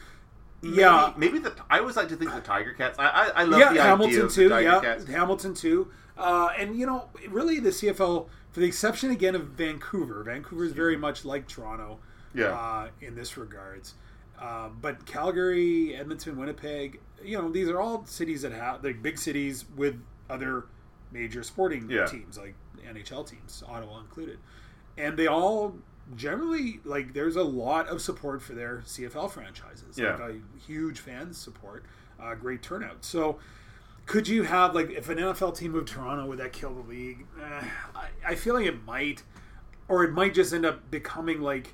[SPEAKER 2] maybe-
[SPEAKER 1] yeah,
[SPEAKER 2] maybe the I always like to think the Tiger Cats. I I, I love
[SPEAKER 1] yeah,
[SPEAKER 2] the idea
[SPEAKER 1] Hamilton
[SPEAKER 2] of the
[SPEAKER 1] too.
[SPEAKER 2] Tiger
[SPEAKER 1] Yeah,
[SPEAKER 2] Cats.
[SPEAKER 1] Hamilton too. Uh, and you know, really, the CFL, for the exception again of Vancouver, Vancouver is very much like Toronto.
[SPEAKER 2] Yeah.
[SPEAKER 1] Uh, in this regards, uh, but Calgary, Edmonton, Winnipeg, you know, these are all cities that have like big cities with other major sporting
[SPEAKER 2] Yeah.
[SPEAKER 1] teams like NHL teams, Ottawa included, and they all generally like there's a lot of support for their CFL franchises.
[SPEAKER 2] Yeah.
[SPEAKER 1] like, a huge fan support, uh, great turnout. So, could you have like if an NFL team moved to Toronto, would that kill the league? Eh, I, I feel like it might, or it might just end up becoming like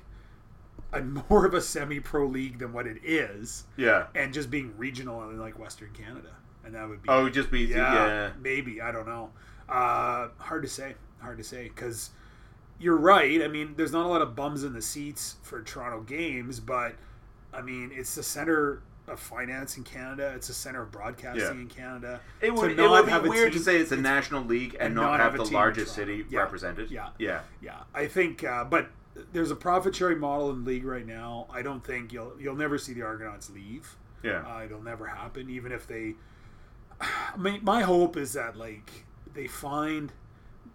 [SPEAKER 1] a [LAUGHS] more of a semi-pro league than what it is,
[SPEAKER 2] Yeah.
[SPEAKER 1] and just being regional in like Western Canada, and that would be
[SPEAKER 2] Oh, it would just be yeah.
[SPEAKER 1] maybe I don't know. Uh, hard to say. Hard to say because you're right. I mean, there's not a lot of bums in the seats for Toronto games, but I mean, it's the center of finance in Canada. It's the center of broadcasting
[SPEAKER 2] Yeah.
[SPEAKER 1] in Canada.
[SPEAKER 2] It
[SPEAKER 1] To
[SPEAKER 2] would, it
[SPEAKER 1] not
[SPEAKER 2] would
[SPEAKER 1] have
[SPEAKER 2] be
[SPEAKER 1] a
[SPEAKER 2] weird to
[SPEAKER 1] team-
[SPEAKER 2] say it's a national league and not,
[SPEAKER 1] not
[SPEAKER 2] have,
[SPEAKER 1] have a
[SPEAKER 2] the
[SPEAKER 1] team in
[SPEAKER 2] largest
[SPEAKER 1] Toronto.
[SPEAKER 2] city
[SPEAKER 1] Yeah.
[SPEAKER 2] represented.
[SPEAKER 1] Yeah.
[SPEAKER 2] Yeah.
[SPEAKER 1] Yeah, I think, uh, but there's a profit sharing model in the league right now. I don't think you'll you'll never see the Argonauts leave.
[SPEAKER 2] Yeah.
[SPEAKER 1] Uh, it'll never happen, even if they. [SIGHS] I mean, my hope is that like they find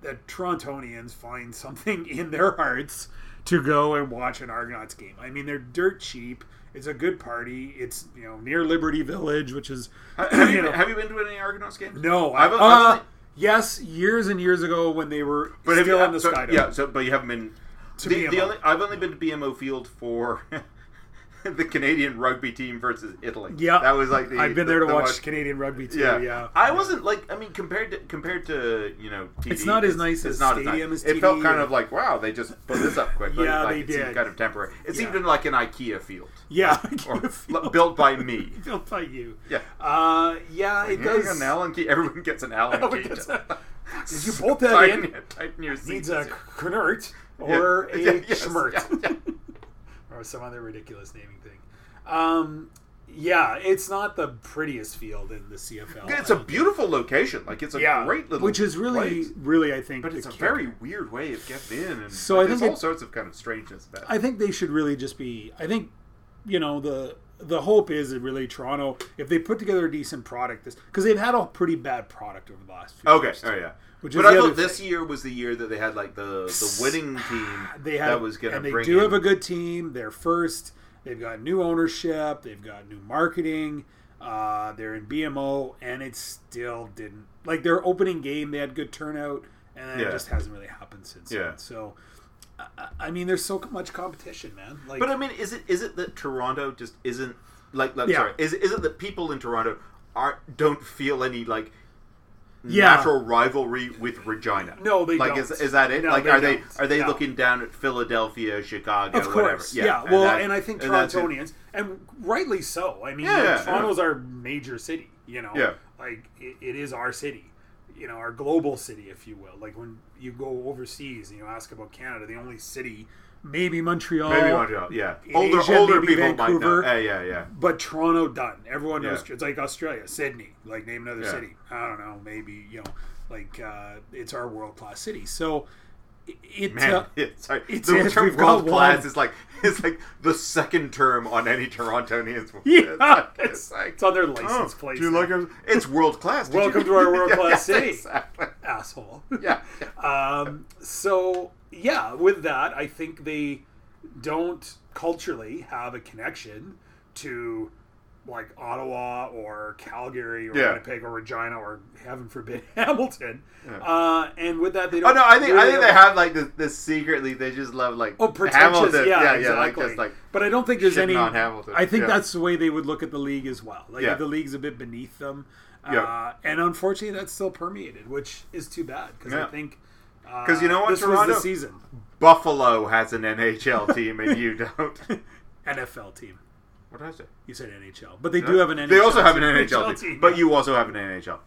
[SPEAKER 1] that Torontonians find something in their hearts to go and watch an Argonauts game. I mean, they're dirt cheap. It's a good party. It's you know near Liberty Village, which is
[SPEAKER 2] [CLEARS THROAT]
[SPEAKER 1] [CLEARS THROAT]
[SPEAKER 2] have, you
[SPEAKER 1] you know-
[SPEAKER 2] been, have you been to any Argonauts games?
[SPEAKER 1] no.
[SPEAKER 2] I've-
[SPEAKER 1] uh,
[SPEAKER 2] I've only-
[SPEAKER 1] yes, years and years ago when they were
[SPEAKER 2] But have
[SPEAKER 1] still
[SPEAKER 2] you,
[SPEAKER 1] on the
[SPEAKER 2] but-
[SPEAKER 1] Skydome.
[SPEAKER 2] Yeah, so but you haven't been
[SPEAKER 1] To
[SPEAKER 2] the, the
[SPEAKER 1] BMO.
[SPEAKER 2] only I've only been to BMO Field for [LAUGHS] the Canadian rugby team versus Italy.
[SPEAKER 1] Yeah,
[SPEAKER 2] that was like the,
[SPEAKER 1] I've been there to
[SPEAKER 2] the
[SPEAKER 1] watch, Canadian rugby too.
[SPEAKER 2] Yeah,
[SPEAKER 1] Yeah,
[SPEAKER 2] I wasn't like I mean compared to compared to you know TD,
[SPEAKER 1] It's not as nice as stadium as
[SPEAKER 2] It felt
[SPEAKER 1] TD
[SPEAKER 2] kind
[SPEAKER 1] or-
[SPEAKER 2] of like wow they just put this up quick.
[SPEAKER 1] Yeah,
[SPEAKER 2] like,
[SPEAKER 1] they
[SPEAKER 2] it seemed
[SPEAKER 1] did.
[SPEAKER 2] Kind of temporary. It seemed
[SPEAKER 1] Yeah.
[SPEAKER 2] like an
[SPEAKER 1] [LAUGHS]
[SPEAKER 2] IKEA field
[SPEAKER 1] yeah.
[SPEAKER 2] or [LAUGHS]
[SPEAKER 1] Feel-
[SPEAKER 2] built by me.
[SPEAKER 1] [LAUGHS] feel by you.
[SPEAKER 2] Yeah.
[SPEAKER 1] Uh, yeah, it
[SPEAKER 2] Yeah, you got
[SPEAKER 1] does.
[SPEAKER 2] an Allen key. Everyone gets an Allen
[SPEAKER 1] Everyone
[SPEAKER 2] key.
[SPEAKER 1] gets
[SPEAKER 2] [LAUGHS] Just
[SPEAKER 1] a- Did you bolt that
[SPEAKER 2] tighten,
[SPEAKER 1] in?
[SPEAKER 2] tighten your
[SPEAKER 1] [LAUGHS]
[SPEAKER 2] seats.
[SPEAKER 1] Needs a knert
[SPEAKER 2] Yeah. [LAUGHS]
[SPEAKER 1] or
[SPEAKER 2] Yeah,
[SPEAKER 1] a
[SPEAKER 2] yes,
[SPEAKER 1] schmert
[SPEAKER 2] yeah, yeah.
[SPEAKER 1] or some other ridiculous naming thing. Um, yeah, it's not the prettiest field in the CFL.
[SPEAKER 2] [LAUGHS] It's a beautiful location. Like it's a
[SPEAKER 1] yeah,
[SPEAKER 2] great little,
[SPEAKER 1] which is really,
[SPEAKER 2] place.
[SPEAKER 1] really, I think,
[SPEAKER 2] but
[SPEAKER 1] the
[SPEAKER 2] it's a
[SPEAKER 1] kicker.
[SPEAKER 2] very weird way of getting in, and
[SPEAKER 1] So
[SPEAKER 2] like,
[SPEAKER 1] I
[SPEAKER 2] there's
[SPEAKER 1] think
[SPEAKER 2] all
[SPEAKER 1] it-
[SPEAKER 2] sorts of kind of strangeness about. it.
[SPEAKER 1] I think they should really just be. I think, you know, the the hope is that really Toronto, if they put together a decent product, this because they've had a pretty bad product over the last. few
[SPEAKER 2] Okay,
[SPEAKER 1] years.
[SPEAKER 2] oh yeah.
[SPEAKER 1] Which is
[SPEAKER 2] but I
[SPEAKER 1] the
[SPEAKER 2] thought
[SPEAKER 1] other
[SPEAKER 2] this year was the year that they had like the the
[SPEAKER 1] [SIGHS]
[SPEAKER 2] winning team
[SPEAKER 1] They had,
[SPEAKER 2] that was going to
[SPEAKER 1] and they
[SPEAKER 2] bring
[SPEAKER 1] do
[SPEAKER 2] in-
[SPEAKER 1] have a good team. They're first. They've got new ownership. They've got new marketing. Uh, they're in BMO, and it still didn't like their opening game. They had good turnout, and then
[SPEAKER 2] Yeah.
[SPEAKER 1] it just hasn't really happened since.
[SPEAKER 2] Yeah.
[SPEAKER 1] Then. So, I- I, I mean, there's so much competition, man. Like,
[SPEAKER 2] But uh, I mean, is it is it that Toronto just isn't like? like
[SPEAKER 1] Yeah.
[SPEAKER 2] Sorry, is is it that people in Toronto are don't feel any like
[SPEAKER 1] Yeah.
[SPEAKER 2] natural rivalry with Regina?
[SPEAKER 1] No, they
[SPEAKER 2] like is
[SPEAKER 1] don't.
[SPEAKER 2] is that it?
[SPEAKER 1] No,
[SPEAKER 2] like
[SPEAKER 1] they
[SPEAKER 2] are they
[SPEAKER 1] don't.
[SPEAKER 2] are they
[SPEAKER 1] No.
[SPEAKER 2] looking down at Philadelphia, Chicago,
[SPEAKER 1] of
[SPEAKER 2] whatever?
[SPEAKER 1] course, yeah. well,
[SPEAKER 2] that-
[SPEAKER 1] and I think
[SPEAKER 2] that's it.
[SPEAKER 1] Torontonians, and rightly so. I mean,
[SPEAKER 2] Yeah,
[SPEAKER 1] like,
[SPEAKER 2] yeah, yeah.
[SPEAKER 1] Toronto's our major city. You know,
[SPEAKER 2] Yeah.
[SPEAKER 1] like it, it is our city. You know, our global city, if you will. Like when you go overseas and you ask about Canada, the only city, maybe Montreal,
[SPEAKER 2] Maybe Montreal, yeah.
[SPEAKER 1] in
[SPEAKER 2] Older,
[SPEAKER 1] Asia,
[SPEAKER 2] older
[SPEAKER 1] maybe
[SPEAKER 2] people
[SPEAKER 1] Vancouver.
[SPEAKER 2] might know. Yeah, yeah, yeah.
[SPEAKER 1] but Toronto done. Everyone knows
[SPEAKER 2] Yeah.
[SPEAKER 1] it's like Australia, Sydney, like name another
[SPEAKER 2] Yeah.
[SPEAKER 1] city. I don't know, maybe you know, like uh, it's our world class city. So it, it
[SPEAKER 2] Man,
[SPEAKER 1] uh,
[SPEAKER 2] [LAUGHS] yeah, sorry.
[SPEAKER 1] it's
[SPEAKER 2] the
[SPEAKER 1] it.
[SPEAKER 2] term
[SPEAKER 1] We've got
[SPEAKER 2] world class
[SPEAKER 1] one.
[SPEAKER 2] is like [LAUGHS] it's like the second term on any Torontonians.
[SPEAKER 1] [LAUGHS] Yeah,
[SPEAKER 2] It's like, oh,
[SPEAKER 1] it's- it's on their license plate
[SPEAKER 2] Do you
[SPEAKER 1] now."
[SPEAKER 2] like it? It's world class. Did
[SPEAKER 1] Welcome
[SPEAKER 2] you-
[SPEAKER 1] to
[SPEAKER 2] [LAUGHS]
[SPEAKER 1] our world class
[SPEAKER 2] Yes,
[SPEAKER 1] city.
[SPEAKER 2] Exactly.
[SPEAKER 1] asshole. [LAUGHS]
[SPEAKER 2] Yeah.
[SPEAKER 1] um, so yeah, with that, I think they don't culturally have a connection to like Ottawa or Calgary or
[SPEAKER 2] Yeah.
[SPEAKER 1] Winnipeg or Regina or heaven forbid [LAUGHS] Hamilton.
[SPEAKER 2] Yeah.
[SPEAKER 1] Uh, and with that, they
[SPEAKER 2] Oh
[SPEAKER 1] don't.
[SPEAKER 2] no, I think I
[SPEAKER 1] really
[SPEAKER 2] think they have like this, this secretly. They just love like
[SPEAKER 1] Oh, pretentious.
[SPEAKER 2] Hamilton.
[SPEAKER 1] Yeah,
[SPEAKER 2] yeah,
[SPEAKER 1] exactly.
[SPEAKER 2] like just like
[SPEAKER 1] but I don't think there's
[SPEAKER 2] shitting
[SPEAKER 1] any.
[SPEAKER 2] on Hamilton.
[SPEAKER 1] I think
[SPEAKER 2] Yeah.
[SPEAKER 1] that's the way they would look at the league as well. Like
[SPEAKER 2] Yeah.
[SPEAKER 1] the league's a bit beneath them.
[SPEAKER 2] Yeah.
[SPEAKER 1] Uh, and unfortunately, that's still permeated, which is too bad because
[SPEAKER 2] Yeah.
[SPEAKER 1] I think uh,
[SPEAKER 2] 'Cause you know what,
[SPEAKER 1] this
[SPEAKER 2] Toronto?
[SPEAKER 1] was the season
[SPEAKER 2] Buffalo has an
[SPEAKER 1] [LAUGHS]
[SPEAKER 2] NHL team and you don't.
[SPEAKER 1] NFL team.
[SPEAKER 2] What did I say?
[SPEAKER 1] You said NHL, but they do have an. NHL
[SPEAKER 2] They also have an
[SPEAKER 1] team. Mm.
[SPEAKER 2] NHL team, but you also have an NHL,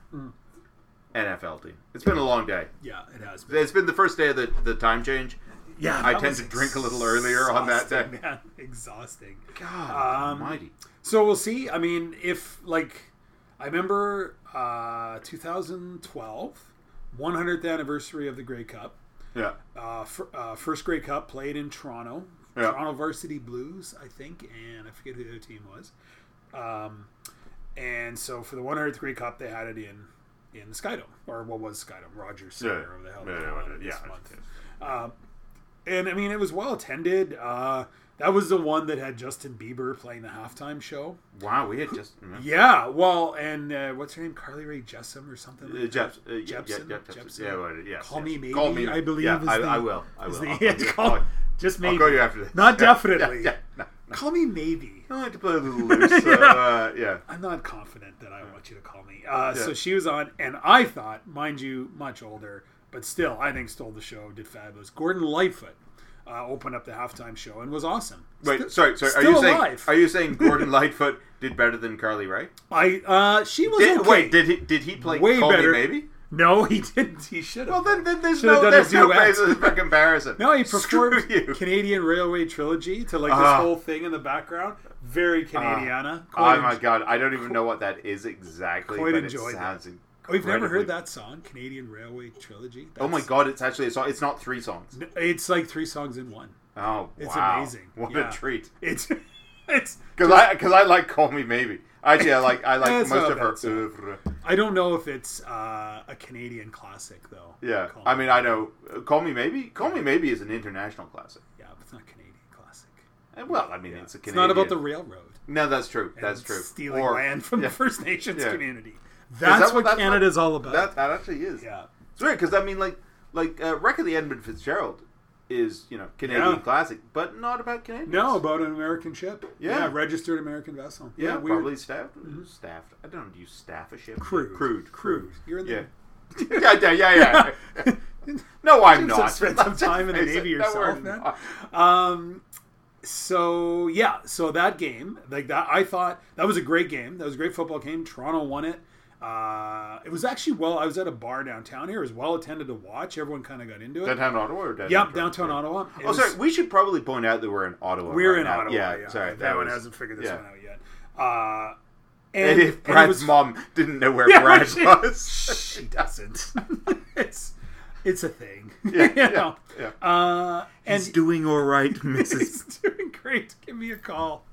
[SPEAKER 2] NFL team. It's been a long day.
[SPEAKER 1] yeah, it has. Been.
[SPEAKER 2] It's been the first day of the, the time change.
[SPEAKER 1] Yeah,
[SPEAKER 2] I
[SPEAKER 1] that
[SPEAKER 2] tend
[SPEAKER 1] was
[SPEAKER 2] to drink a little earlier on that
[SPEAKER 1] [LAUGHS]
[SPEAKER 2] day.
[SPEAKER 1] exhausting, Man. Exhausting.
[SPEAKER 2] God
[SPEAKER 1] Um,
[SPEAKER 2] almighty.
[SPEAKER 1] So we'll see. I mean, if like I remember uh, 2012, 100th anniversary of the Grey Cup.
[SPEAKER 2] Yeah.
[SPEAKER 1] Uh, fir- uh, first Grey Cup played in Toronto,
[SPEAKER 2] Yeah.
[SPEAKER 1] Toronto Varsity Blues, I think, and I forget who the other team was. Um, and so for the 100th Grey Cup, they had it in in the Skydome, or what was Skydome? Rogers Center,
[SPEAKER 2] Yeah.
[SPEAKER 1] or whatever the hell
[SPEAKER 2] Yeah,
[SPEAKER 1] they
[SPEAKER 2] yeah,
[SPEAKER 1] call
[SPEAKER 2] what
[SPEAKER 1] it
[SPEAKER 2] it-
[SPEAKER 1] this
[SPEAKER 2] yeah.
[SPEAKER 1] month. Uh, and I mean, it was well attended. Uh, that was the one that had Justin Bieber playing the halftime show.
[SPEAKER 2] Wow, we had just.
[SPEAKER 1] Yeah, well, and uh, what's her name? Carly Ray Jessam or something.
[SPEAKER 2] Uh,
[SPEAKER 1] Like that?
[SPEAKER 2] Jeps, uh,
[SPEAKER 1] Jepsen,
[SPEAKER 2] Jepsen, yeah,
[SPEAKER 1] Jepsen.
[SPEAKER 2] yeah, well, yes,
[SPEAKER 1] Call
[SPEAKER 2] yes.
[SPEAKER 1] Me Maybe,
[SPEAKER 2] Call me,
[SPEAKER 1] I believe
[SPEAKER 2] Yeah,
[SPEAKER 1] is
[SPEAKER 2] I,
[SPEAKER 1] the-
[SPEAKER 2] I will. I
[SPEAKER 1] [LAUGHS]
[SPEAKER 2] will.
[SPEAKER 1] is
[SPEAKER 2] I'll-
[SPEAKER 1] the- it's
[SPEAKER 2] I'll-
[SPEAKER 1] called- Just maybe.
[SPEAKER 2] I'll call you after this.
[SPEAKER 1] Not
[SPEAKER 2] Yeah,
[SPEAKER 1] definitely.
[SPEAKER 2] [LAUGHS] Yeah, yeah, no, no.
[SPEAKER 1] Call me maybe.
[SPEAKER 2] I like to play a little
[SPEAKER 1] [LAUGHS]
[SPEAKER 2] loose. So, uh, yeah.
[SPEAKER 1] I'm not confident that I want you to call me. Uh,
[SPEAKER 2] Yeah.
[SPEAKER 1] So she was on, and I thought, mind you, much older, but still, I think stole the show, did fabulous. Gordon Lightfoot uh, opened up the halftime show and was awesome.
[SPEAKER 2] Wait,
[SPEAKER 1] Sti-
[SPEAKER 2] sorry, sorry. Are
[SPEAKER 1] still
[SPEAKER 2] you saying
[SPEAKER 1] alive.
[SPEAKER 2] are
[SPEAKER 1] [LAUGHS]
[SPEAKER 2] you saying Gordon Lightfoot did better than Carly Rae?
[SPEAKER 1] I uh, she was
[SPEAKER 2] Did,
[SPEAKER 1] okay.
[SPEAKER 2] Wait, did he did he play
[SPEAKER 1] Way
[SPEAKER 2] Call Me
[SPEAKER 1] better.
[SPEAKER 2] Maybe?
[SPEAKER 1] no, he didn't. He should have.
[SPEAKER 2] Well, then, then there's
[SPEAKER 1] Should've
[SPEAKER 2] no
[SPEAKER 1] done a
[SPEAKER 2] there's no
[SPEAKER 1] duet.
[SPEAKER 2] basis for comparison.
[SPEAKER 1] [LAUGHS] No, he
[SPEAKER 2] [LAUGHS] Screw
[SPEAKER 1] performed
[SPEAKER 2] you.
[SPEAKER 1] Canadian Railway Trilogy to like
[SPEAKER 2] Ah.
[SPEAKER 1] this whole thing in the background. Very Canadiana. Quite
[SPEAKER 2] Oh my
[SPEAKER 1] en-
[SPEAKER 2] god, I don't even know what that is exactly,
[SPEAKER 1] Quite
[SPEAKER 2] but it
[SPEAKER 1] enjoyed that.
[SPEAKER 2] sounds.
[SPEAKER 1] We've never
[SPEAKER 2] incredibly-
[SPEAKER 1] heard that song, Canadian Railway Trilogy.
[SPEAKER 2] Oh my god, it's actually a song. It's not three songs.
[SPEAKER 1] That's- It's like three songs in one.
[SPEAKER 2] Oh,
[SPEAKER 1] It's
[SPEAKER 2] wow.
[SPEAKER 1] amazing.
[SPEAKER 2] What
[SPEAKER 1] Yeah.
[SPEAKER 2] a treat.
[SPEAKER 1] It's [LAUGHS] it's.
[SPEAKER 2] Because I, cause I like Call Me Maybe. Actually, I like I like
[SPEAKER 1] That's
[SPEAKER 2] most
[SPEAKER 1] not
[SPEAKER 2] of
[SPEAKER 1] a
[SPEAKER 2] her
[SPEAKER 1] bad song.
[SPEAKER 2] oeuvre.
[SPEAKER 1] I don't know if it's uh, a Canadian classic though.
[SPEAKER 2] Yeah,
[SPEAKER 1] Call-
[SPEAKER 2] I mean, I know. uh, Call Me Maybe. Call Me Maybe is an international classic.
[SPEAKER 1] yeah, but it's not Canadian classic.
[SPEAKER 2] Eh, Well, I mean, it's a
[SPEAKER 1] It's
[SPEAKER 2] Canadian.
[SPEAKER 1] not about the railroad.
[SPEAKER 2] No, that's true.
[SPEAKER 1] and
[SPEAKER 2] That's true.
[SPEAKER 1] Stealing [LAUGHS]
[SPEAKER 2] Or-
[SPEAKER 1] land from
[SPEAKER 2] yeah.
[SPEAKER 1] the First Nations
[SPEAKER 2] Yeah.
[SPEAKER 1] community. That's
[SPEAKER 2] that what-
[SPEAKER 1] what
[SPEAKER 2] that's what-
[SPEAKER 1] Canada's all about.
[SPEAKER 2] That, that actually is.
[SPEAKER 1] yeah.
[SPEAKER 2] It's weird because I mean, like, like uh, Record of the Edmund Fitzgerald is you know Canadian
[SPEAKER 1] Yeah.
[SPEAKER 2] classic, but not about Canadians.
[SPEAKER 1] No, about an American ship.
[SPEAKER 2] Yeah.
[SPEAKER 1] registered American vessel.
[SPEAKER 2] yeah,
[SPEAKER 1] we
[SPEAKER 2] probably staffed. Staffed. I don't know. Do you staff a ship?
[SPEAKER 1] Mm-hmm. crude.
[SPEAKER 2] Crude.
[SPEAKER 1] Crude. You're in
[SPEAKER 2] Yeah. [LAUGHS]
[SPEAKER 1] the
[SPEAKER 2] yeah, yeah, yeah,
[SPEAKER 1] [LAUGHS]
[SPEAKER 2] yeah. No, I'm not.
[SPEAKER 1] spend
[SPEAKER 2] Let's
[SPEAKER 1] some
[SPEAKER 2] just
[SPEAKER 1] time in the
[SPEAKER 2] face
[SPEAKER 1] Navy
[SPEAKER 2] it. uh, No, we're
[SPEAKER 1] yourself, man.
[SPEAKER 2] not.
[SPEAKER 1] Um, so yeah, so that game, like that, I thought that was a great game. That was a great football game. Toronto won it. Uh, it was actually well. I was at a bar downtown here. It was well attended to watch. Everyone kind of got into it.
[SPEAKER 2] Downtown Ottawa or downtown?
[SPEAKER 1] yep,
[SPEAKER 2] Toronto?
[SPEAKER 1] downtown
[SPEAKER 2] Yeah.
[SPEAKER 1] Ottawa. It
[SPEAKER 2] Oh,
[SPEAKER 1] was-
[SPEAKER 2] sorry. We should probably point out that we're in Ottawa.
[SPEAKER 1] We're
[SPEAKER 2] right
[SPEAKER 1] in
[SPEAKER 2] now.
[SPEAKER 1] Ottawa.
[SPEAKER 2] Yeah, sorry.
[SPEAKER 1] That,
[SPEAKER 2] that
[SPEAKER 1] one
[SPEAKER 2] was-
[SPEAKER 1] hasn't figured this
[SPEAKER 2] yeah.
[SPEAKER 1] one out yet.
[SPEAKER 2] [LAUGHS]
[SPEAKER 1] Uh,
[SPEAKER 2] And
[SPEAKER 1] and, and
[SPEAKER 2] if
[SPEAKER 1] it [LAUGHS]
[SPEAKER 2] Brad's
[SPEAKER 1] was-
[SPEAKER 2] mom didn't know where
[SPEAKER 1] Yeah,
[SPEAKER 2] Brad
[SPEAKER 1] she- [LAUGHS]
[SPEAKER 2] was,
[SPEAKER 1] she doesn't. [LAUGHS] it's it's a thing.
[SPEAKER 2] Yeah,
[SPEAKER 1] [LAUGHS] you
[SPEAKER 2] yeah,
[SPEAKER 1] know?
[SPEAKER 2] yeah.
[SPEAKER 1] Uh, and
[SPEAKER 2] doing all right, [LAUGHS]
[SPEAKER 1] [LAUGHS]
[SPEAKER 2] Mrs.
[SPEAKER 1] he's doing great. Give me a call.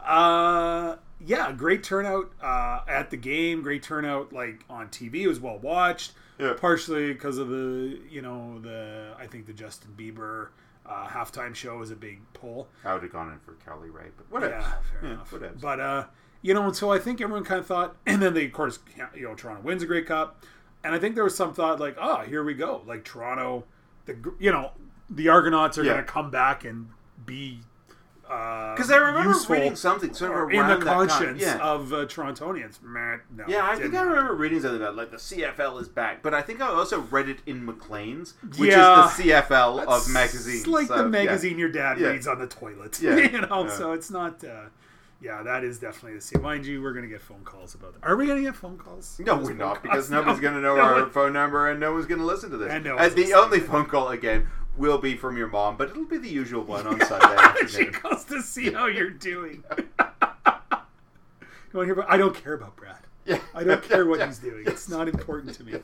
[SPEAKER 1] Uh, yeah, great turnout uh, at the game. Great turnout, like on TV. It was well watched.
[SPEAKER 2] Yeah.
[SPEAKER 1] Partially because of the, you know, the I think the Justin Bieber uh, halftime show was a big
[SPEAKER 2] [LAUGHS]
[SPEAKER 1] pull.
[SPEAKER 2] I would have gone in for Kelly Ray, but whatever.
[SPEAKER 1] Yeah, fair
[SPEAKER 2] Yeah,
[SPEAKER 1] enough.
[SPEAKER 2] whatevs.
[SPEAKER 1] But uh, you know, and so I think everyone kind of thought, [CLEARS THROAT] and then they of course, you know, Toronto wins a great cup, and I think there was some thought like, oh, here we go, like Toronto, the gr- you know, the Argonauts are
[SPEAKER 2] Yeah.
[SPEAKER 1] going to come back and be because
[SPEAKER 2] Because I remember reading something sort
[SPEAKER 1] uh,
[SPEAKER 2] of
[SPEAKER 1] in
[SPEAKER 2] around
[SPEAKER 1] the
[SPEAKER 2] that time.
[SPEAKER 1] conscience
[SPEAKER 2] Yeah.
[SPEAKER 1] of uh, Torontonians. Meh, no,
[SPEAKER 2] yeah, I
[SPEAKER 1] didn't.
[SPEAKER 2] think I remember reading something about like the CFL is back, but I think I also read it in McLean's, which
[SPEAKER 1] Yeah.
[SPEAKER 2] is the CFL
[SPEAKER 1] That's
[SPEAKER 2] of magazines.
[SPEAKER 1] like
[SPEAKER 2] so,
[SPEAKER 1] the
[SPEAKER 2] yeah.
[SPEAKER 1] magazine your dad
[SPEAKER 2] Yeah.
[SPEAKER 1] reads on the toilet. [LAUGHS]
[SPEAKER 2] Yeah.
[SPEAKER 1] you know,
[SPEAKER 2] Yeah.
[SPEAKER 1] so it's not. Uh, yeah, that is definitely the scene. Mind you, we're going to get phone calls about that. Are we going to get phone calls?
[SPEAKER 2] No,
[SPEAKER 1] on this
[SPEAKER 2] we're not
[SPEAKER 1] podcast?
[SPEAKER 2] because nobody's
[SPEAKER 1] [LAUGHS] No.
[SPEAKER 2] going to know
[SPEAKER 1] No
[SPEAKER 2] our
[SPEAKER 1] one-
[SPEAKER 2] phone number and no one's going to listen to this.
[SPEAKER 1] And no
[SPEAKER 2] Uh,
[SPEAKER 1] one's
[SPEAKER 2] the
[SPEAKER 1] listening
[SPEAKER 2] only phone call again will be from your mom, but it'll be the usual
[SPEAKER 1] [LAUGHS]
[SPEAKER 2] one on Sunday
[SPEAKER 1] [LAUGHS] she
[SPEAKER 2] afternoon.
[SPEAKER 1] calls to see how
[SPEAKER 2] [LAUGHS]
[SPEAKER 1] you're doing. [LAUGHS] you want to hear about? I don't care about Brad.
[SPEAKER 2] Yeah.
[SPEAKER 1] I don't care
[SPEAKER 2] [LAUGHS]
[SPEAKER 1] what
[SPEAKER 2] Yeah.
[SPEAKER 1] he's doing. It's not important
[SPEAKER 2] [LAUGHS]
[SPEAKER 1] to me.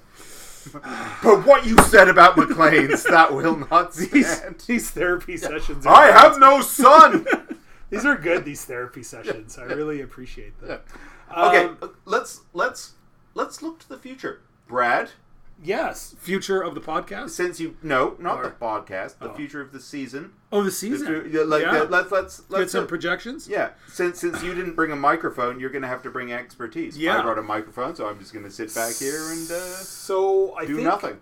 [SPEAKER 2] But what you said about McLean's that will not
[SPEAKER 1] These,
[SPEAKER 2] stand.
[SPEAKER 1] these therapy sessions. Are
[SPEAKER 2] I have no son.
[SPEAKER 1] These are good. These therapy sessions. I really appreciate them.
[SPEAKER 2] [LAUGHS] Okay,
[SPEAKER 1] Um,
[SPEAKER 2] let's let's let's look to the future. Brad,
[SPEAKER 1] yes. Future of the podcast.
[SPEAKER 2] since you no, not the
[SPEAKER 1] Or-
[SPEAKER 2] podcast, the
[SPEAKER 1] oh.
[SPEAKER 2] future of the season.
[SPEAKER 1] Oh, the
[SPEAKER 2] The
[SPEAKER 1] season.
[SPEAKER 2] fu- yeah, like,
[SPEAKER 1] Yeah.
[SPEAKER 2] uh, let's let's
[SPEAKER 1] Get
[SPEAKER 2] let's
[SPEAKER 1] some
[SPEAKER 2] uh,
[SPEAKER 1] projections.
[SPEAKER 2] yeah. Since since you didn't bring a microphone, you're gonna have to bring expertise. I
[SPEAKER 1] Yeah.
[SPEAKER 2] brought a microphone, so I'm just gonna sit back here and uh,
[SPEAKER 1] So I
[SPEAKER 2] do
[SPEAKER 1] think,
[SPEAKER 2] nothing.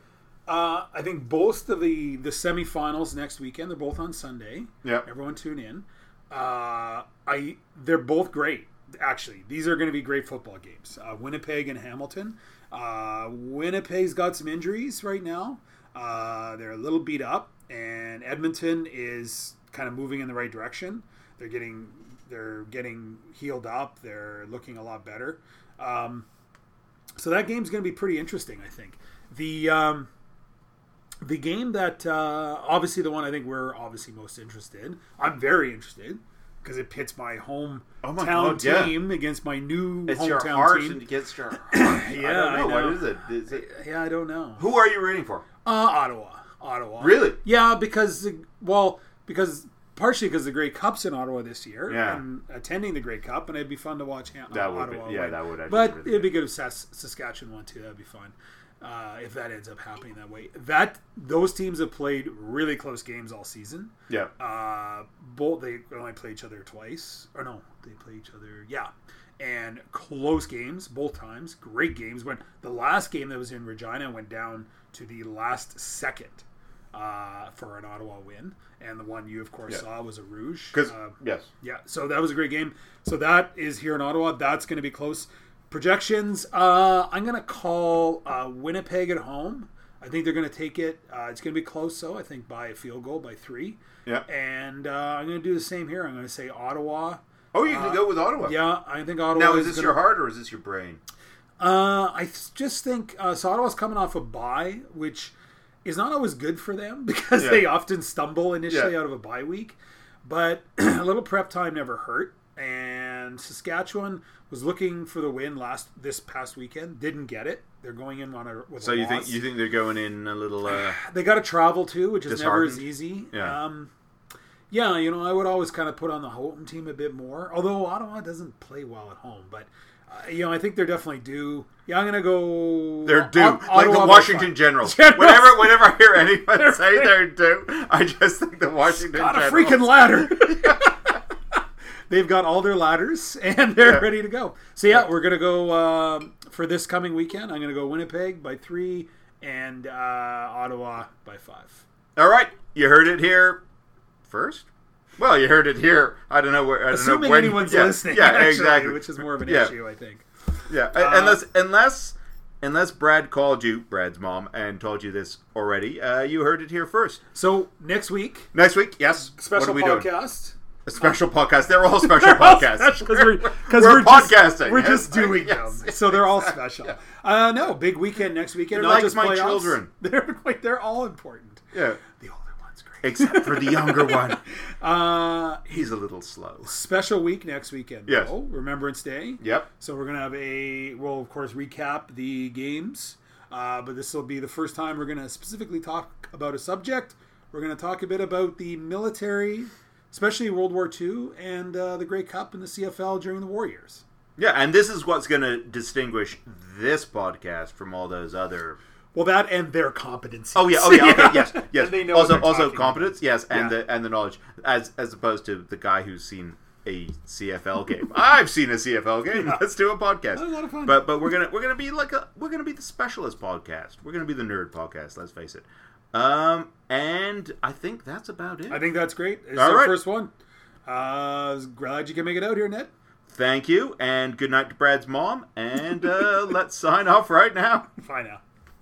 [SPEAKER 1] Uh, I think both of the the semifinals next weekend. They're both on Sunday.
[SPEAKER 2] Yeah,
[SPEAKER 1] Everyone tune in. Uh, I they're both great. Actually, these are going to be great football games. Uh, Winnipeg and Hamilton. Uh, Winnipeg's got some injuries right now. Uh, they're a little beat up, and Edmonton is kind of moving in the right direction. They're getting they're getting healed up. They're looking a lot better. Um, so that game's going to be pretty interesting, I think. The um, the game that uh, obviously the one I think we're obviously most interested. in. I'm very interested because it pits my home
[SPEAKER 2] Oh my
[SPEAKER 1] town
[SPEAKER 2] God, yeah.
[SPEAKER 1] team against my new
[SPEAKER 2] it's your
[SPEAKER 1] hometown
[SPEAKER 2] heart
[SPEAKER 1] team.
[SPEAKER 2] and it gets [COUGHS] your heart.
[SPEAKER 1] Yeah,
[SPEAKER 2] I don't know.
[SPEAKER 1] I know.
[SPEAKER 2] what is it? Is it
[SPEAKER 1] Yeah, I don't know.
[SPEAKER 2] who are you rooting for?
[SPEAKER 1] Uh, Ottawa, Ottawa.
[SPEAKER 2] Really?
[SPEAKER 1] Yeah, because the- well, because partially because the Great Cup's in Ottawa this year.
[SPEAKER 2] Yeah.
[SPEAKER 1] And attending the Great Cup, and it'd be fun to watch. Han-
[SPEAKER 2] That would be-
[SPEAKER 1] Ottawa
[SPEAKER 2] yeah,
[SPEAKER 1] win.
[SPEAKER 2] that would actually
[SPEAKER 1] But
[SPEAKER 2] be really
[SPEAKER 1] it'd be good if Sas- Saskatchewan won too. That'd be fun. Uh, if that ends up happening that way, that those teams have played really close games all season.
[SPEAKER 2] Yeah,
[SPEAKER 1] Uh, both they only play each other twice, or no, they play each other. Yeah, and close games both times. Great games. When the last game that was in Regina went down to the last second, uh, uh, for an Ottawa win, and the one you of course
[SPEAKER 2] Yeah.
[SPEAKER 1] saw was a Rouge.
[SPEAKER 2] Because
[SPEAKER 1] Uh,
[SPEAKER 2] yes,
[SPEAKER 1] yeah, so that was a great game. So that is here in Ottawa. That's going to be close. Projections. Uh, I'm going to call uh, Winnipeg at home. I think they're going to take it. Uh, it's going to be close, so I think by a field goal by three.
[SPEAKER 2] yeah.
[SPEAKER 1] And uh, I'm going to do the same here. I'm going to say Ottawa.
[SPEAKER 2] Oh, you can go with Ottawa.
[SPEAKER 1] uh, Yeah, I think Ottawa.
[SPEAKER 2] Now, is this
[SPEAKER 1] gonna-
[SPEAKER 2] your heart or is this your brain?
[SPEAKER 1] Uh, I th- just think uh, so Ottawa's coming off a bye, which is not always good for them [LAUGHS] because
[SPEAKER 2] Yeah.
[SPEAKER 1] they often stumble initially
[SPEAKER 2] Yeah.
[SPEAKER 1] out of a bye week. But [CLEARS THROAT] a little prep time never hurt. And Saskatchewan was looking for the win last this past weekend, didn't get it. They're going in on a with
[SPEAKER 2] So
[SPEAKER 1] a
[SPEAKER 2] you
[SPEAKER 1] loss.
[SPEAKER 2] think you think they're going in a
[SPEAKER 1] [SIGHS]
[SPEAKER 2] little? Uh,
[SPEAKER 1] they got to travel too, which is never as
[SPEAKER 2] Disheartened?
[SPEAKER 1] easy.
[SPEAKER 2] Yeah.
[SPEAKER 1] Um, yeah, you know, I would always kind of put on the home team a bit more. Although Ottawa doesn't play well at home, but uh, you know, I think they're definitely due. Yeah, I'm gonna go.
[SPEAKER 2] they're
[SPEAKER 1] O-
[SPEAKER 2] due, like
[SPEAKER 1] Ottawa by
[SPEAKER 2] the Washington
[SPEAKER 1] five. [LAUGHS]
[SPEAKER 2] Generals.
[SPEAKER 1] Generals.
[SPEAKER 2] Whenever, whenever I hear
[SPEAKER 1] [LAUGHS]
[SPEAKER 2] anyone say they're due, I just think the Washington
[SPEAKER 1] Got a
[SPEAKER 2] Generals.
[SPEAKER 1] freaking
[SPEAKER 2] [LAUGHS]
[SPEAKER 1] ladder. [LAUGHS] They've got all their ladders [LAUGHS] and they're
[SPEAKER 2] Yeah.
[SPEAKER 1] ready to go. So yeah, we're gonna go um, for this coming weekend. I'm gonna go Winnipeg by three and uh, Ottawa by five.
[SPEAKER 2] All right, you heard it here first. Well, you heard it here. I don't know where. I don't know
[SPEAKER 1] Assuming
[SPEAKER 2] when,
[SPEAKER 1] anyone's
[SPEAKER 2] yeah,
[SPEAKER 1] listening,
[SPEAKER 2] Yeah,
[SPEAKER 1] actually,
[SPEAKER 2] exactly.
[SPEAKER 1] which is more Uh, of an
[SPEAKER 2] Yeah.
[SPEAKER 1] issue, I think.
[SPEAKER 2] Yeah, unless unless unless Brad called you, Brad's mom, and told you this already, uh, you heard it here first.
[SPEAKER 1] So next week,
[SPEAKER 2] Next week, yes,
[SPEAKER 1] special
[SPEAKER 2] what are we doing? [LAUGHS]
[SPEAKER 1] podcast.
[SPEAKER 2] A special podcast. They're all
[SPEAKER 1] [LAUGHS]
[SPEAKER 2] special podcasts.
[SPEAKER 1] Because we're, 'cause
[SPEAKER 2] We're
[SPEAKER 1] we're just-
[SPEAKER 2] podcasting,
[SPEAKER 1] we're
[SPEAKER 2] yes, [LAUGHS]
[SPEAKER 1] just
[SPEAKER 2] I-
[SPEAKER 1] doing
[SPEAKER 2] yes,
[SPEAKER 1] them, so they're all special. Uh, no, big weekend next weekend.
[SPEAKER 2] They're
[SPEAKER 1] not
[SPEAKER 2] like
[SPEAKER 1] just
[SPEAKER 2] my
[SPEAKER 1] playoffs.
[SPEAKER 2] children.
[SPEAKER 1] [LAUGHS] They're like they're all important.
[SPEAKER 2] yeah,
[SPEAKER 1] The older one's great.
[SPEAKER 2] except for
[SPEAKER 1] [LAUGHS]
[SPEAKER 2] the younger one.
[SPEAKER 1] Uh,
[SPEAKER 2] He's a little slow.
[SPEAKER 1] special week next weekend.
[SPEAKER 2] Yes.
[SPEAKER 1] though. Remembrance Day.
[SPEAKER 2] Yep.
[SPEAKER 1] So we're gonna have a. We'll of course recap the games, uh, but this will be the first time we're gonna specifically talk about a subject. We're gonna talk a bit about the military, especially World War II and uh, the Grey Cup and the CFL during the war years.
[SPEAKER 2] Yeah, and this is what's going to distinguish this podcast from all those other.
[SPEAKER 1] Well, that and their competency. [LAUGHS]
[SPEAKER 2] Oh yeah, oh yeah, okay, yes, yes.
[SPEAKER 1] And they know what
[SPEAKER 2] also,
[SPEAKER 1] they're
[SPEAKER 2] also
[SPEAKER 1] talking
[SPEAKER 2] competence, yes, and
[SPEAKER 1] Yeah.
[SPEAKER 2] the and the knowledge, as as opposed to the guy who's seen a CFL game. [LAUGHS] I've seen a CFL game. Let's do a podcast.
[SPEAKER 1] was a lot of fun.
[SPEAKER 2] But but we're gonna we're gonna be like a we're gonna be the specialist podcast. We're gonna be the nerd podcast. Let's face it. Um, and I think that's about it.
[SPEAKER 1] I think that's great. It's
[SPEAKER 2] All
[SPEAKER 1] our
[SPEAKER 2] right.
[SPEAKER 1] first one. Uh, glad you can make it out here, Ned. [LAUGHS]
[SPEAKER 2] Thank you, and good night to Brad's mom. And uh, let's sign off right now.
[SPEAKER 1] Bye now.